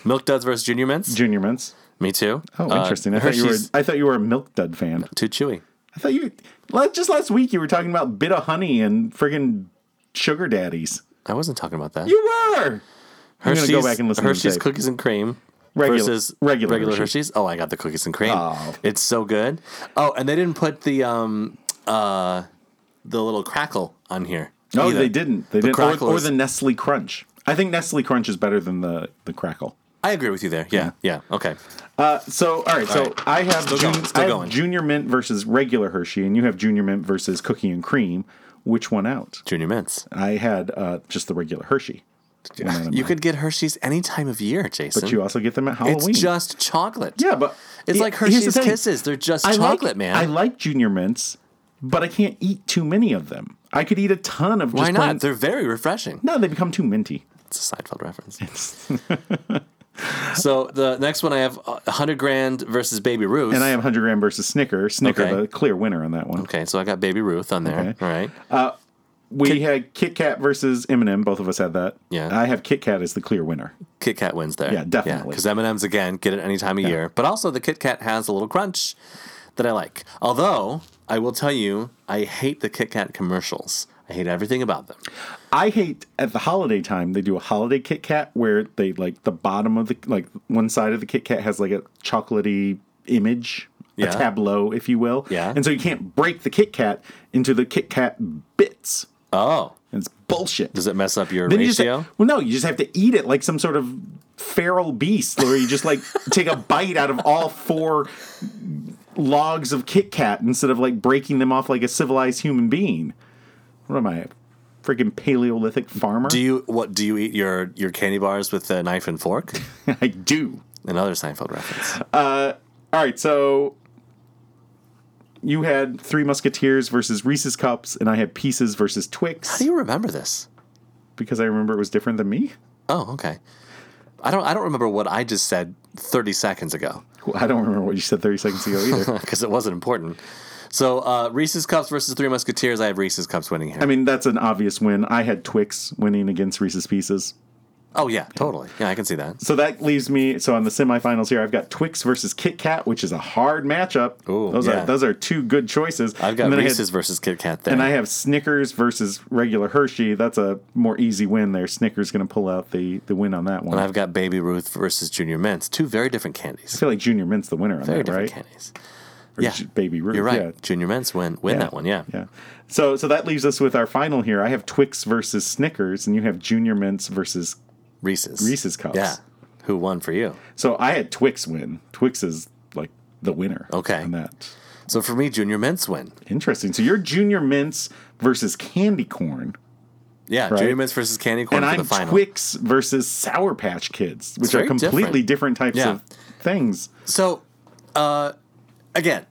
S1: Milk Duds versus Junior Mints.
S2: Junior Mints.
S1: Me too.
S2: Oh,
S1: Uh,
S2: interesting. I thought you were.
S1: Hershey's
S2: I thought you were a Milk Dud fan.
S1: too chewy.
S2: I thought you. like, Just last week you were talking about bit of honey and friggin' sugar daddies.
S1: I wasn't talking about that.
S2: You were. I'm gonna
S1: Hershey's,
S2: go back and listen to the
S1: Hershey's
S2: tape.
S1: cookies and cream
S2: Regular-
S1: versus
S2: regular Hershey.
S1: Hershey's. Oh, I got the cookies and cream.
S2: Oh.
S1: It's so good. Oh, and they didn't put the um uh the little crackle on here.
S2: No,
S1: either.
S2: they didn't. They didn't. Or,
S1: crackle
S2: or
S1: is-
S2: the Nestle Crunch. I think Nestle Crunch is better than the the crackle.
S1: I agree with you there. Yeah,
S2: Mm-hmm.
S1: yeah. Okay.
S2: Uh, so all right. so
S1: right.
S2: I have,
S1: Still
S2: jun-
S1: going, still
S2: I have
S1: going.
S2: Junior Mint versus regular Hershey, and you have Junior Mint versus Cookie and Cream. Which one out?
S1: Junior Mints.
S2: I had uh, just the regular Hershey. One out of
S1: You
S2: mine.
S1: could get Hershey's any time of year, Jason.
S2: But you also get them at
S1: it's
S2: Halloween.
S1: just chocolate.
S2: yeah, but
S1: It's
S2: Yeah,
S1: like
S2: here's the
S1: Hershey's
S2: thing.
S1: Kisses. They're just
S2: I
S1: chocolate,
S2: like,
S1: man.
S2: I like Junior Mints, but I can't eat too many of them. I could eat a ton of. Just
S1: Why
S2: plain-
S1: not? They're very refreshing.
S2: no, they become too minty.
S1: It's a Seinfeld reference. so the next one I have uh, 100 grand versus Baby Ruth.
S2: And I have 100 gram versus Snicker. Snicker,
S1: Okay.
S2: the clear winner on that one.
S1: Okay, so I got Baby Ruth on there.
S2: Okay.
S1: All right.
S2: We had Kit Kat versus Eminem. Both of us had that.
S1: Yeah.
S2: I have Kit Kat as the clear winner.
S1: Kit Kat wins there.
S2: Yeah, definitely.
S1: Because M&M's again get it any time of year, but also the Kit Kat has a little crunch that I like. Although I will tell you, I hate the Kit Kat commercials. I hate everything about them.
S2: I hate at the holiday time they do a holiday Kit Kat where they like the bottom of the like one side of the Kit Kat has like a chocolatey image,
S1: Yeah.
S2: a tableau, if you will.
S1: Yeah.
S2: And so you can't break the Kit Kat into the Kit Kat bits.
S1: Oh,
S2: And it's bullshit.
S1: does it mess up your
S2: Then you just
S1: ratio?
S2: well, no, you just have to eat it like some sort of feral beast, where you just like take a bite out of all four logs of Kit Kat instead of like breaking them off like a civilized human being. What am I, a freaking Paleolithic farmer?
S1: Do you what? Do you eat your your candy bars with a knife and fork?
S2: I do.
S1: Another Seinfeld reference.
S2: All right, so you had Three Musketeers versus Reese's Cups, and I had Pieces versus
S1: How
S2: Twix
S1: do you remember this?
S2: because I remember it was different than me.
S1: Oh, okay. I don't. I don't remember what I just said thirty seconds ago
S2: Well, I don't remember what you said 30 seconds ago either.
S1: because it wasn't important. So uh, Reese's Cups versus Three Musketeers. I have Reese's Cups winning here.
S2: I mean, that's an obvious win. I had Twix winning against Reese's Pieces.
S1: oh yeah, totally. Yeah, I can see that.
S2: So that leaves me. So on the semifinals here, I've got Twix versus Kit Kat, which is a hard matchup.
S1: Ooh,
S2: those
S1: yeah.
S2: are those are two good choices.
S1: I've got
S2: then I had-
S1: Reese's versus Kit Kat there.
S2: and I have Snickers versus regular Hershey. That's a more easy win there. Snickers going to pull out the the win on that one.
S1: And
S2: I
S1: I've got Baby Ruth versus Junior Mints. Two very different candies.
S2: feel like Junior Mint's the winner on
S1: Very
S2: that,
S1: different
S2: right?
S1: candies.
S2: Or
S1: Yeah.
S2: Ju- Baby Ruth.
S1: You're right.
S2: Yeah.
S1: Junior Mints win win
S2: Yeah.
S1: that one. Yeah.
S2: Yeah. So so that leaves us with our final here. I have Twix versus Snickers, and you have Junior Mints versus.
S1: Reese's.
S2: Reese's Cups.
S1: Yeah. Who won for you?
S2: So I had Twix win. Twix is like the winner.
S1: Okay.
S2: On that.
S1: So for me, Junior Mints win.
S2: Interesting. So you're Junior Mints versus Candy Corn,
S1: Yeah,
S2: Right.
S1: Junior Mints versus Candy Corn for
S2: and I'm
S1: the final.
S2: Twix versus Sour Patch Kids, which are
S1: very
S2: completely different, types
S1: Yeah.
S2: of things.
S1: So, uh, again,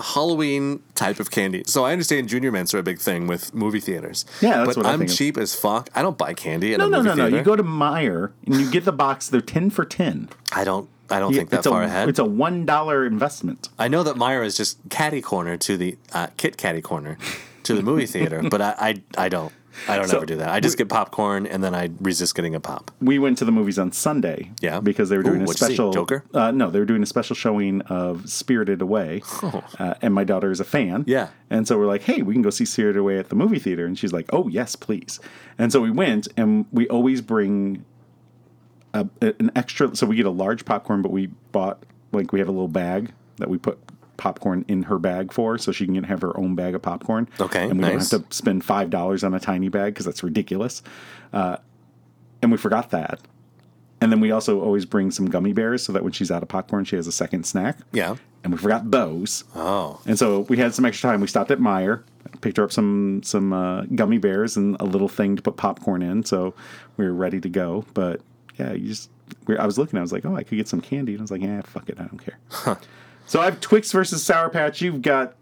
S1: Halloween type of candy. So I understand Junior Mints are a big thing with movie theaters.
S2: Yeah, that's
S1: but
S2: what I
S1: I'm
S2: think of.
S1: cheap as fuck. I don't buy candy at
S2: No,
S1: a
S2: no,
S1: movie
S2: no, no.
S1: theater.
S2: You go to Meyer and you get the box. They're ten for ten.
S1: I don't. I don't think that
S2: it's a,
S1: far ahead.
S2: It's a one dollar investment.
S1: I know that Myra is just catty corner to the uh, Kit Catty corner to the movie theater, but I, I, I don't. I don't ever do that. I just get popcorn and then I resist getting a pop.
S2: We went to the movies on Sunday.
S1: Yeah.
S2: because they were
S1: Ooh,
S2: doing a
S1: what'd you see,
S2: special.
S1: Joker?
S2: Uh, no, they were doing a special showing of Spirited Away, uh, and my daughter is a fan.
S1: Oh. Yeah.
S2: and so we're like, hey, we can go see Spirited Away at the movie theater, and she's like, oh yes, please. And so we went, and we always bring a, an extra. So we get a large popcorn, but we bought like we have a little bag that we put popcorn in her bag for, so she can have her own bag of popcorn.
S1: Okay,
S2: and we
S1: nice.
S2: don't have to spend five dollars on a tiny bag because that's ridiculous. Uh, and we forgot that. And then we also always bring some gummy bears so that when she's out of popcorn, she has a second snack.
S1: Yeah.
S2: And we forgot those.
S1: Oh,
S2: And so we had some extra time. We stopped at Meyer, picked her up some some uh, gummy bears and a little thing to put popcorn in. So we were ready to go. But yeah, you just we I was looking. I was like, oh, I could get some candy. And I was like, yeah, fuck it, I don't care. So I have Twix versus Sour Patch. You've got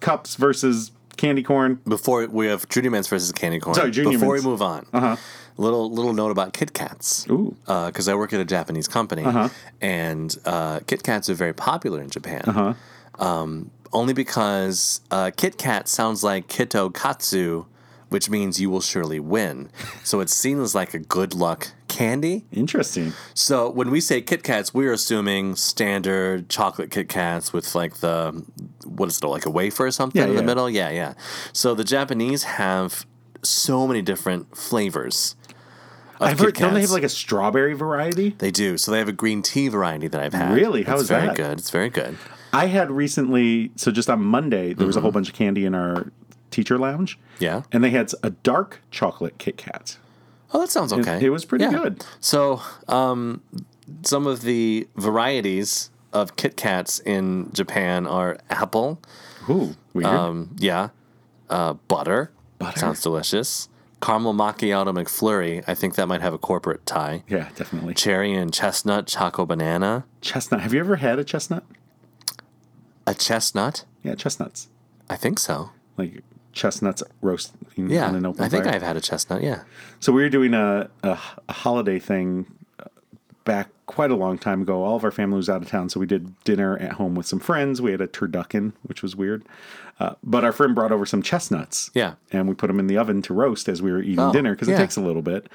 S2: cups versus candy corn.
S1: before we have Junior Mints versus Candy Corn.
S2: Sorry, Junior
S1: before
S2: Mints.
S1: we move on, uh-huh. little little note about Kit Kats.
S2: Ooh.
S1: because Uh, I work at a Japanese company,
S2: Uh-huh.
S1: and uh, Kit Kats are very popular in Japan.
S2: Uh-huh.
S1: Um, only because uh, Kit Kat sounds like Kito Katsu, which means you will surely win. So it's seen as like a good luck candy.
S2: Interesting.
S1: So when we say Kit Kats, we're assuming standard chocolate Kit Kats with like the what is it like a wafer or something
S2: Yeah,
S1: in the
S2: yeah.
S1: middle? Yeah, yeah. So the Japanese have so many different flavors. Of
S2: I've heard.
S1: Kit
S2: Don't they
S1: Kats.
S2: have like a strawberry variety?
S1: They do. So they have a green tea variety that I've had.
S2: Really? How
S1: it's
S2: is
S1: very
S2: that?
S1: good. It's very good.
S2: I had recently, so just on Monday, there was a whole bunch of candy in our teacher lounge.
S1: Yeah.
S2: And they had a dark chocolate Kit Kat.
S1: Oh, that sounds okay.
S2: it was pretty
S1: Yeah.
S2: good.
S1: So, um, some of the varieties of Kit Kats in Japan are apple.
S2: Ooh, weird.
S1: Um, yeah. Uh, butter. Butter. Sounds delicious. Caramel macchiato McFlurry. I think that might have a corporate tie.
S2: yeah, definitely.
S1: Cherry and chestnut, choco banana.
S2: Chestnut. Have you ever had a chestnut?
S1: A chestnut?
S2: Yeah, chestnuts.
S1: I think so.
S2: Like chestnuts roasting
S1: Yeah.
S2: on an open
S1: I think
S2: fire.
S1: I've had a chestnut. Yeah.
S2: So we were doing a, a, a holiday thing uh, back quite a long time ago. All of our family was out of town, so we did dinner at home with some friends. We had a turducken, which was weird. Uh, but our friend brought over some chestnuts.
S1: Yeah.
S2: And we put them in the oven to roast as we were eating
S1: Oh,
S2: dinner because
S1: yeah.
S2: it takes a little bit.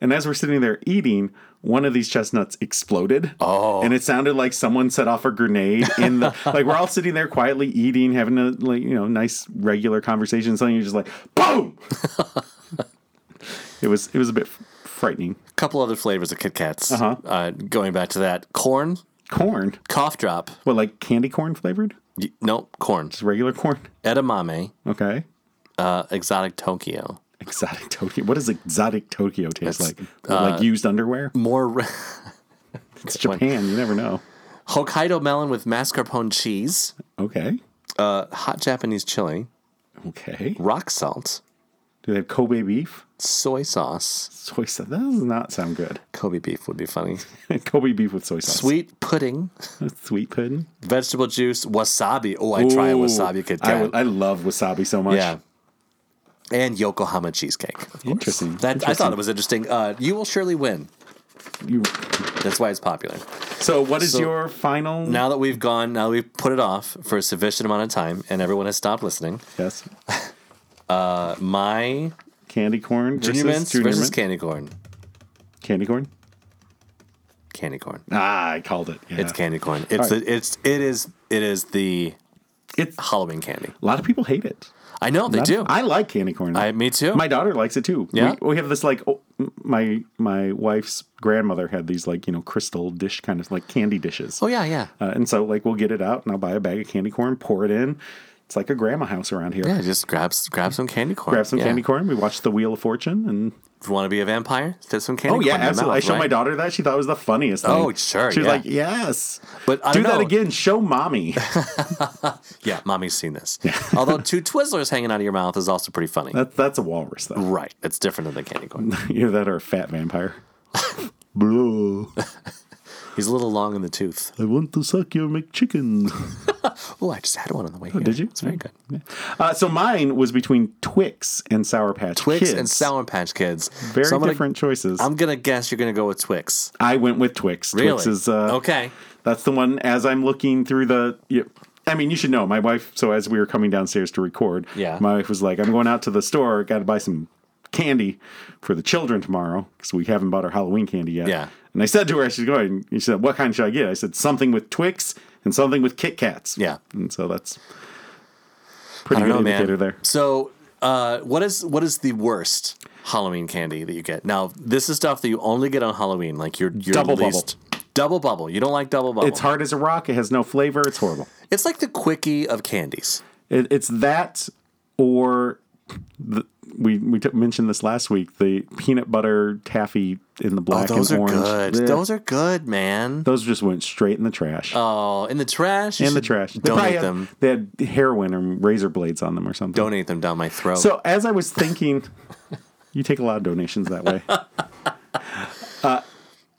S2: And as we're sitting there eating, one of these chestnuts exploded.
S1: Oh.
S2: And it sounded like someone set off a grenade in the like we're all sitting there quietly eating, having a like, you know, nice regular conversation. Suddenly you're just like, boom! It was it was a bit frightening.
S1: couple other flavors of Kit Kats.
S2: Uh-huh.
S1: Uh, going back to that, corn,
S2: Corn,
S1: cough drop.
S2: what like candy corn flavored?
S1: Y- no, corn.
S2: Just regular corn.
S1: Edamame,
S2: Okay.
S1: uh, exotic Tokyo.
S2: Exotic Tokyo. What does exotic Tokyo taste
S1: It's,
S2: like? like
S1: uh,
S2: used underwear?
S1: More re-
S2: It's Japan. You never know.
S1: Hokkaido melon with mascarpone cheese,
S2: Okay.
S1: uh, hot Japanese chili,
S2: Okay.
S1: rock salt,
S2: Do they have Kobe beef?
S1: soy sauce.
S2: Soy sauce. That does not sound good.
S1: Kobe beef would be funny.
S2: Kobe beef with soy sauce.
S1: Sweet pudding,
S2: Sweet pudding.
S1: vegetable juice, wasabi. Oh, I try a wasabi Kit
S2: I,
S1: Kat.
S2: would- I love wasabi so much.
S1: Yeah. And Yokohama cheesecake. of course.
S2: Interesting.
S1: That I thought it was interesting. Uh, you will surely win.
S2: You,
S1: That's why it's popular.
S2: so, what is
S1: So-
S2: your final?
S1: Now that we've gone, now that we've put it off for a sufficient amount of time, and everyone has stopped listening.
S2: Yes.
S1: uh, My
S2: Candy corn versus
S1: Junior Mints
S2: Junior
S1: versus
S2: Mint?
S1: Candy Corn.
S2: candy corn.
S1: Candy Corn.
S2: Ah, I called it. Yeah.
S1: It's Candy Corn. It's
S2: right.
S1: the, it's it is it is the
S2: It's a
S1: Halloween candy.
S2: lot of people hate it.
S1: I know they
S2: Not-
S1: do.
S2: I like candy corn.
S1: I- me too.
S2: My daughter likes it too.
S1: Yeah?
S2: We, we have this like oh, m- my my wife's grandmother had these like you know crystal dish kind of like candy dishes.
S1: oh yeah, yeah.
S2: Uh, and so like we'll get it out and I'll buy a bag of candy corn, pour it in. It's like a grandma house around here.
S1: Yeah, just grab s- grab some candy corn.
S2: Grab some
S1: Yeah.
S2: candy corn. We watch the Wheel of Fortune and
S1: If you want to be a vampire, stick some candy
S2: oh
S1: corn.
S2: yeah,
S1: in your
S2: absolutely. I
S1: mouth,
S2: showed my
S1: right?
S2: daughter that. She thought it was the funniest.
S1: Oh,
S2: thing.
S1: sure,
S2: She was
S1: yeah.
S2: like, yes.
S1: But I
S2: do
S1: don't
S2: that
S1: know.
S2: again. Show mommy.
S1: Yeah, mommy's seen this. Although two Twizzlers hanging out of your mouth is also pretty funny.
S2: that, that's a walrus though.
S1: right. It's different than the candy corn.
S2: Either that or a fat vampire. Bro,
S1: He's a little long in the tooth.
S2: I want to suck your McChicken.
S1: Oh, I just had one on the way here.
S2: Did you?
S1: It's very good.
S2: Uh, so mine was between Twix and Sour Patch
S1: Twix
S2: Kids.
S1: and Sour Patch Kids.
S2: Very
S1: So I'm gonna-
S2: different choices. i
S1: I'm gonna guess you're gonna go with Twix.
S2: went with Twix.
S1: Really?
S2: Twix is uh,
S1: okay.
S2: That's the one. As I'm looking through the, you- I mean, you should know my wife. So as we were coming downstairs to record,
S1: Yeah.
S2: my wife was like, "I'm going out to the store. Got to buy some candy for the children tomorrow because we haven't bought our Halloween candy yet."
S1: Yeah.
S2: And I said to her, "She's going." She said, "What kind should I get?" I said, "Something with Twix and something with Kit Kats."
S1: Yeah.
S2: And so that's
S1: I
S2: pretty
S1: don't
S2: good
S1: know, man.
S2: indicator there.
S1: So, uh, what is what is the worst Halloween candy that you get? Now, this is stuff that you only get on Halloween. Like your, your
S2: Double bubble.
S1: least, Double bubble. You don't like double bubble.
S2: It's hard as a rock. It has no flavor. It's horrible.
S1: It's like the quickie of candies.
S2: It, it's that or the, we we t- mentioned this last week the peanut butter taffy in the black
S1: Oh, those
S2: and
S1: are
S2: orange.
S1: good.
S2: Yeah.
S1: Those are good, man.
S2: Those just went straight in the trash.
S1: Oh, in the trash. You
S2: in the
S1: should
S2: trash. They probably
S1: Donate
S2: had,
S1: them.
S2: They had heroin and razor blades on them or something.
S1: Donate them down my throat.
S2: So as I was thinking, you take a lot of donations that way. uh,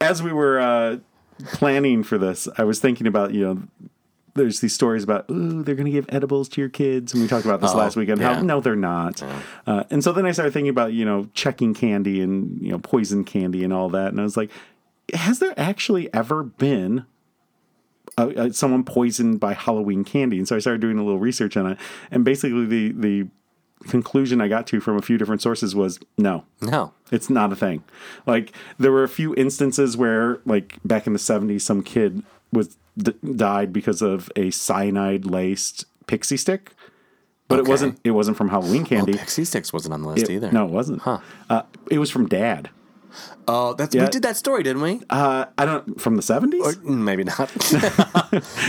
S2: as we were uh, planning for this, I was thinking about you know, there's these stories about ooh they're going to give edibles to your kids, and we talked about this
S1: Oh,
S2: last weekend.
S1: yeah.
S2: How no, they're not. Uh, and so then I started thinking about you know checking candy and you know poison candy and all that, and I was like, has there actually ever been uh, uh, someone poisoned by Halloween candy. And so I started doing a little research on it. And basically, the the conclusion I got to from a few different sources was no,
S1: no.
S2: it's not a thing. Like there were a few instances where, like back in the '70s, some kid was d- died because of a cyanide laced pixie stick. But
S1: Okay.
S2: it wasn't. It wasn't from Halloween candy.
S1: Pixie sticks wasn't on the list
S2: It-
S1: either.
S2: No, it wasn't. Uh, it was from Dad.
S1: Oh, that's we
S2: Yeah.
S1: did that story, didn't we?
S2: Uh, I don't from the '70s.
S1: Mm, Maybe not.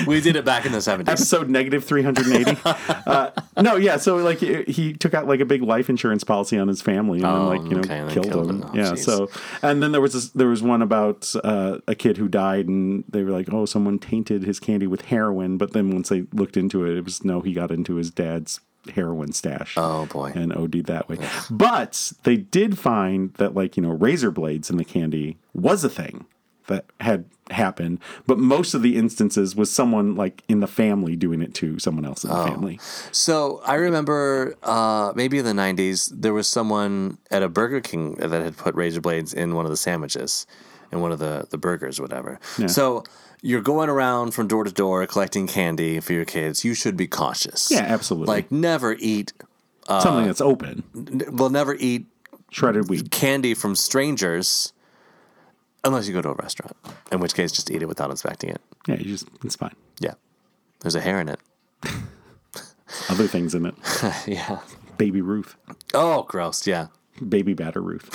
S1: we did it back in the seventies.
S2: episode negative 380 uh, no yeah so like he- he took out like a big life insurance policy on his family and
S1: Oh,
S2: then like you know
S1: okay, and then
S2: killed,
S1: killed
S2: him
S1: him. Oh,
S2: yeah
S1: jeez.
S2: so and then there was this, there was one about uh, a kid who died and they were like oh someone tainted his candy with heroin but then once they looked into it it was no he got into his dad's heroin stash
S1: Oh, boy.
S2: and OD'd that way but they did find that like you know razor blades in the candy was a thing that had happened, but most of the instances was someone like in the family doing it to someone else in the
S1: Oh.
S2: family.
S1: So I remember uh, maybe in the nineties there was someone at a Burger King that had put razor blades in one of the sandwiches, in one of the the burgers, whatever. So you're going around from door to door collecting candy for your kids. You should be cautious.
S2: Yeah, absolutely.
S1: Like never eat.
S2: Something that's open,
S1: n- Well, never eat
S2: shredded wheat.
S1: candy from strangers. Unless you go to a restaurant, in which case just eat it without inspecting it.
S2: Yeah, you just it's fine.
S1: Yeah, there's a hair in it.
S2: Other things in it.
S1: yeah.
S2: Baby Ruth,
S1: Oh, gross. Yeah.
S2: baby batter Ruth.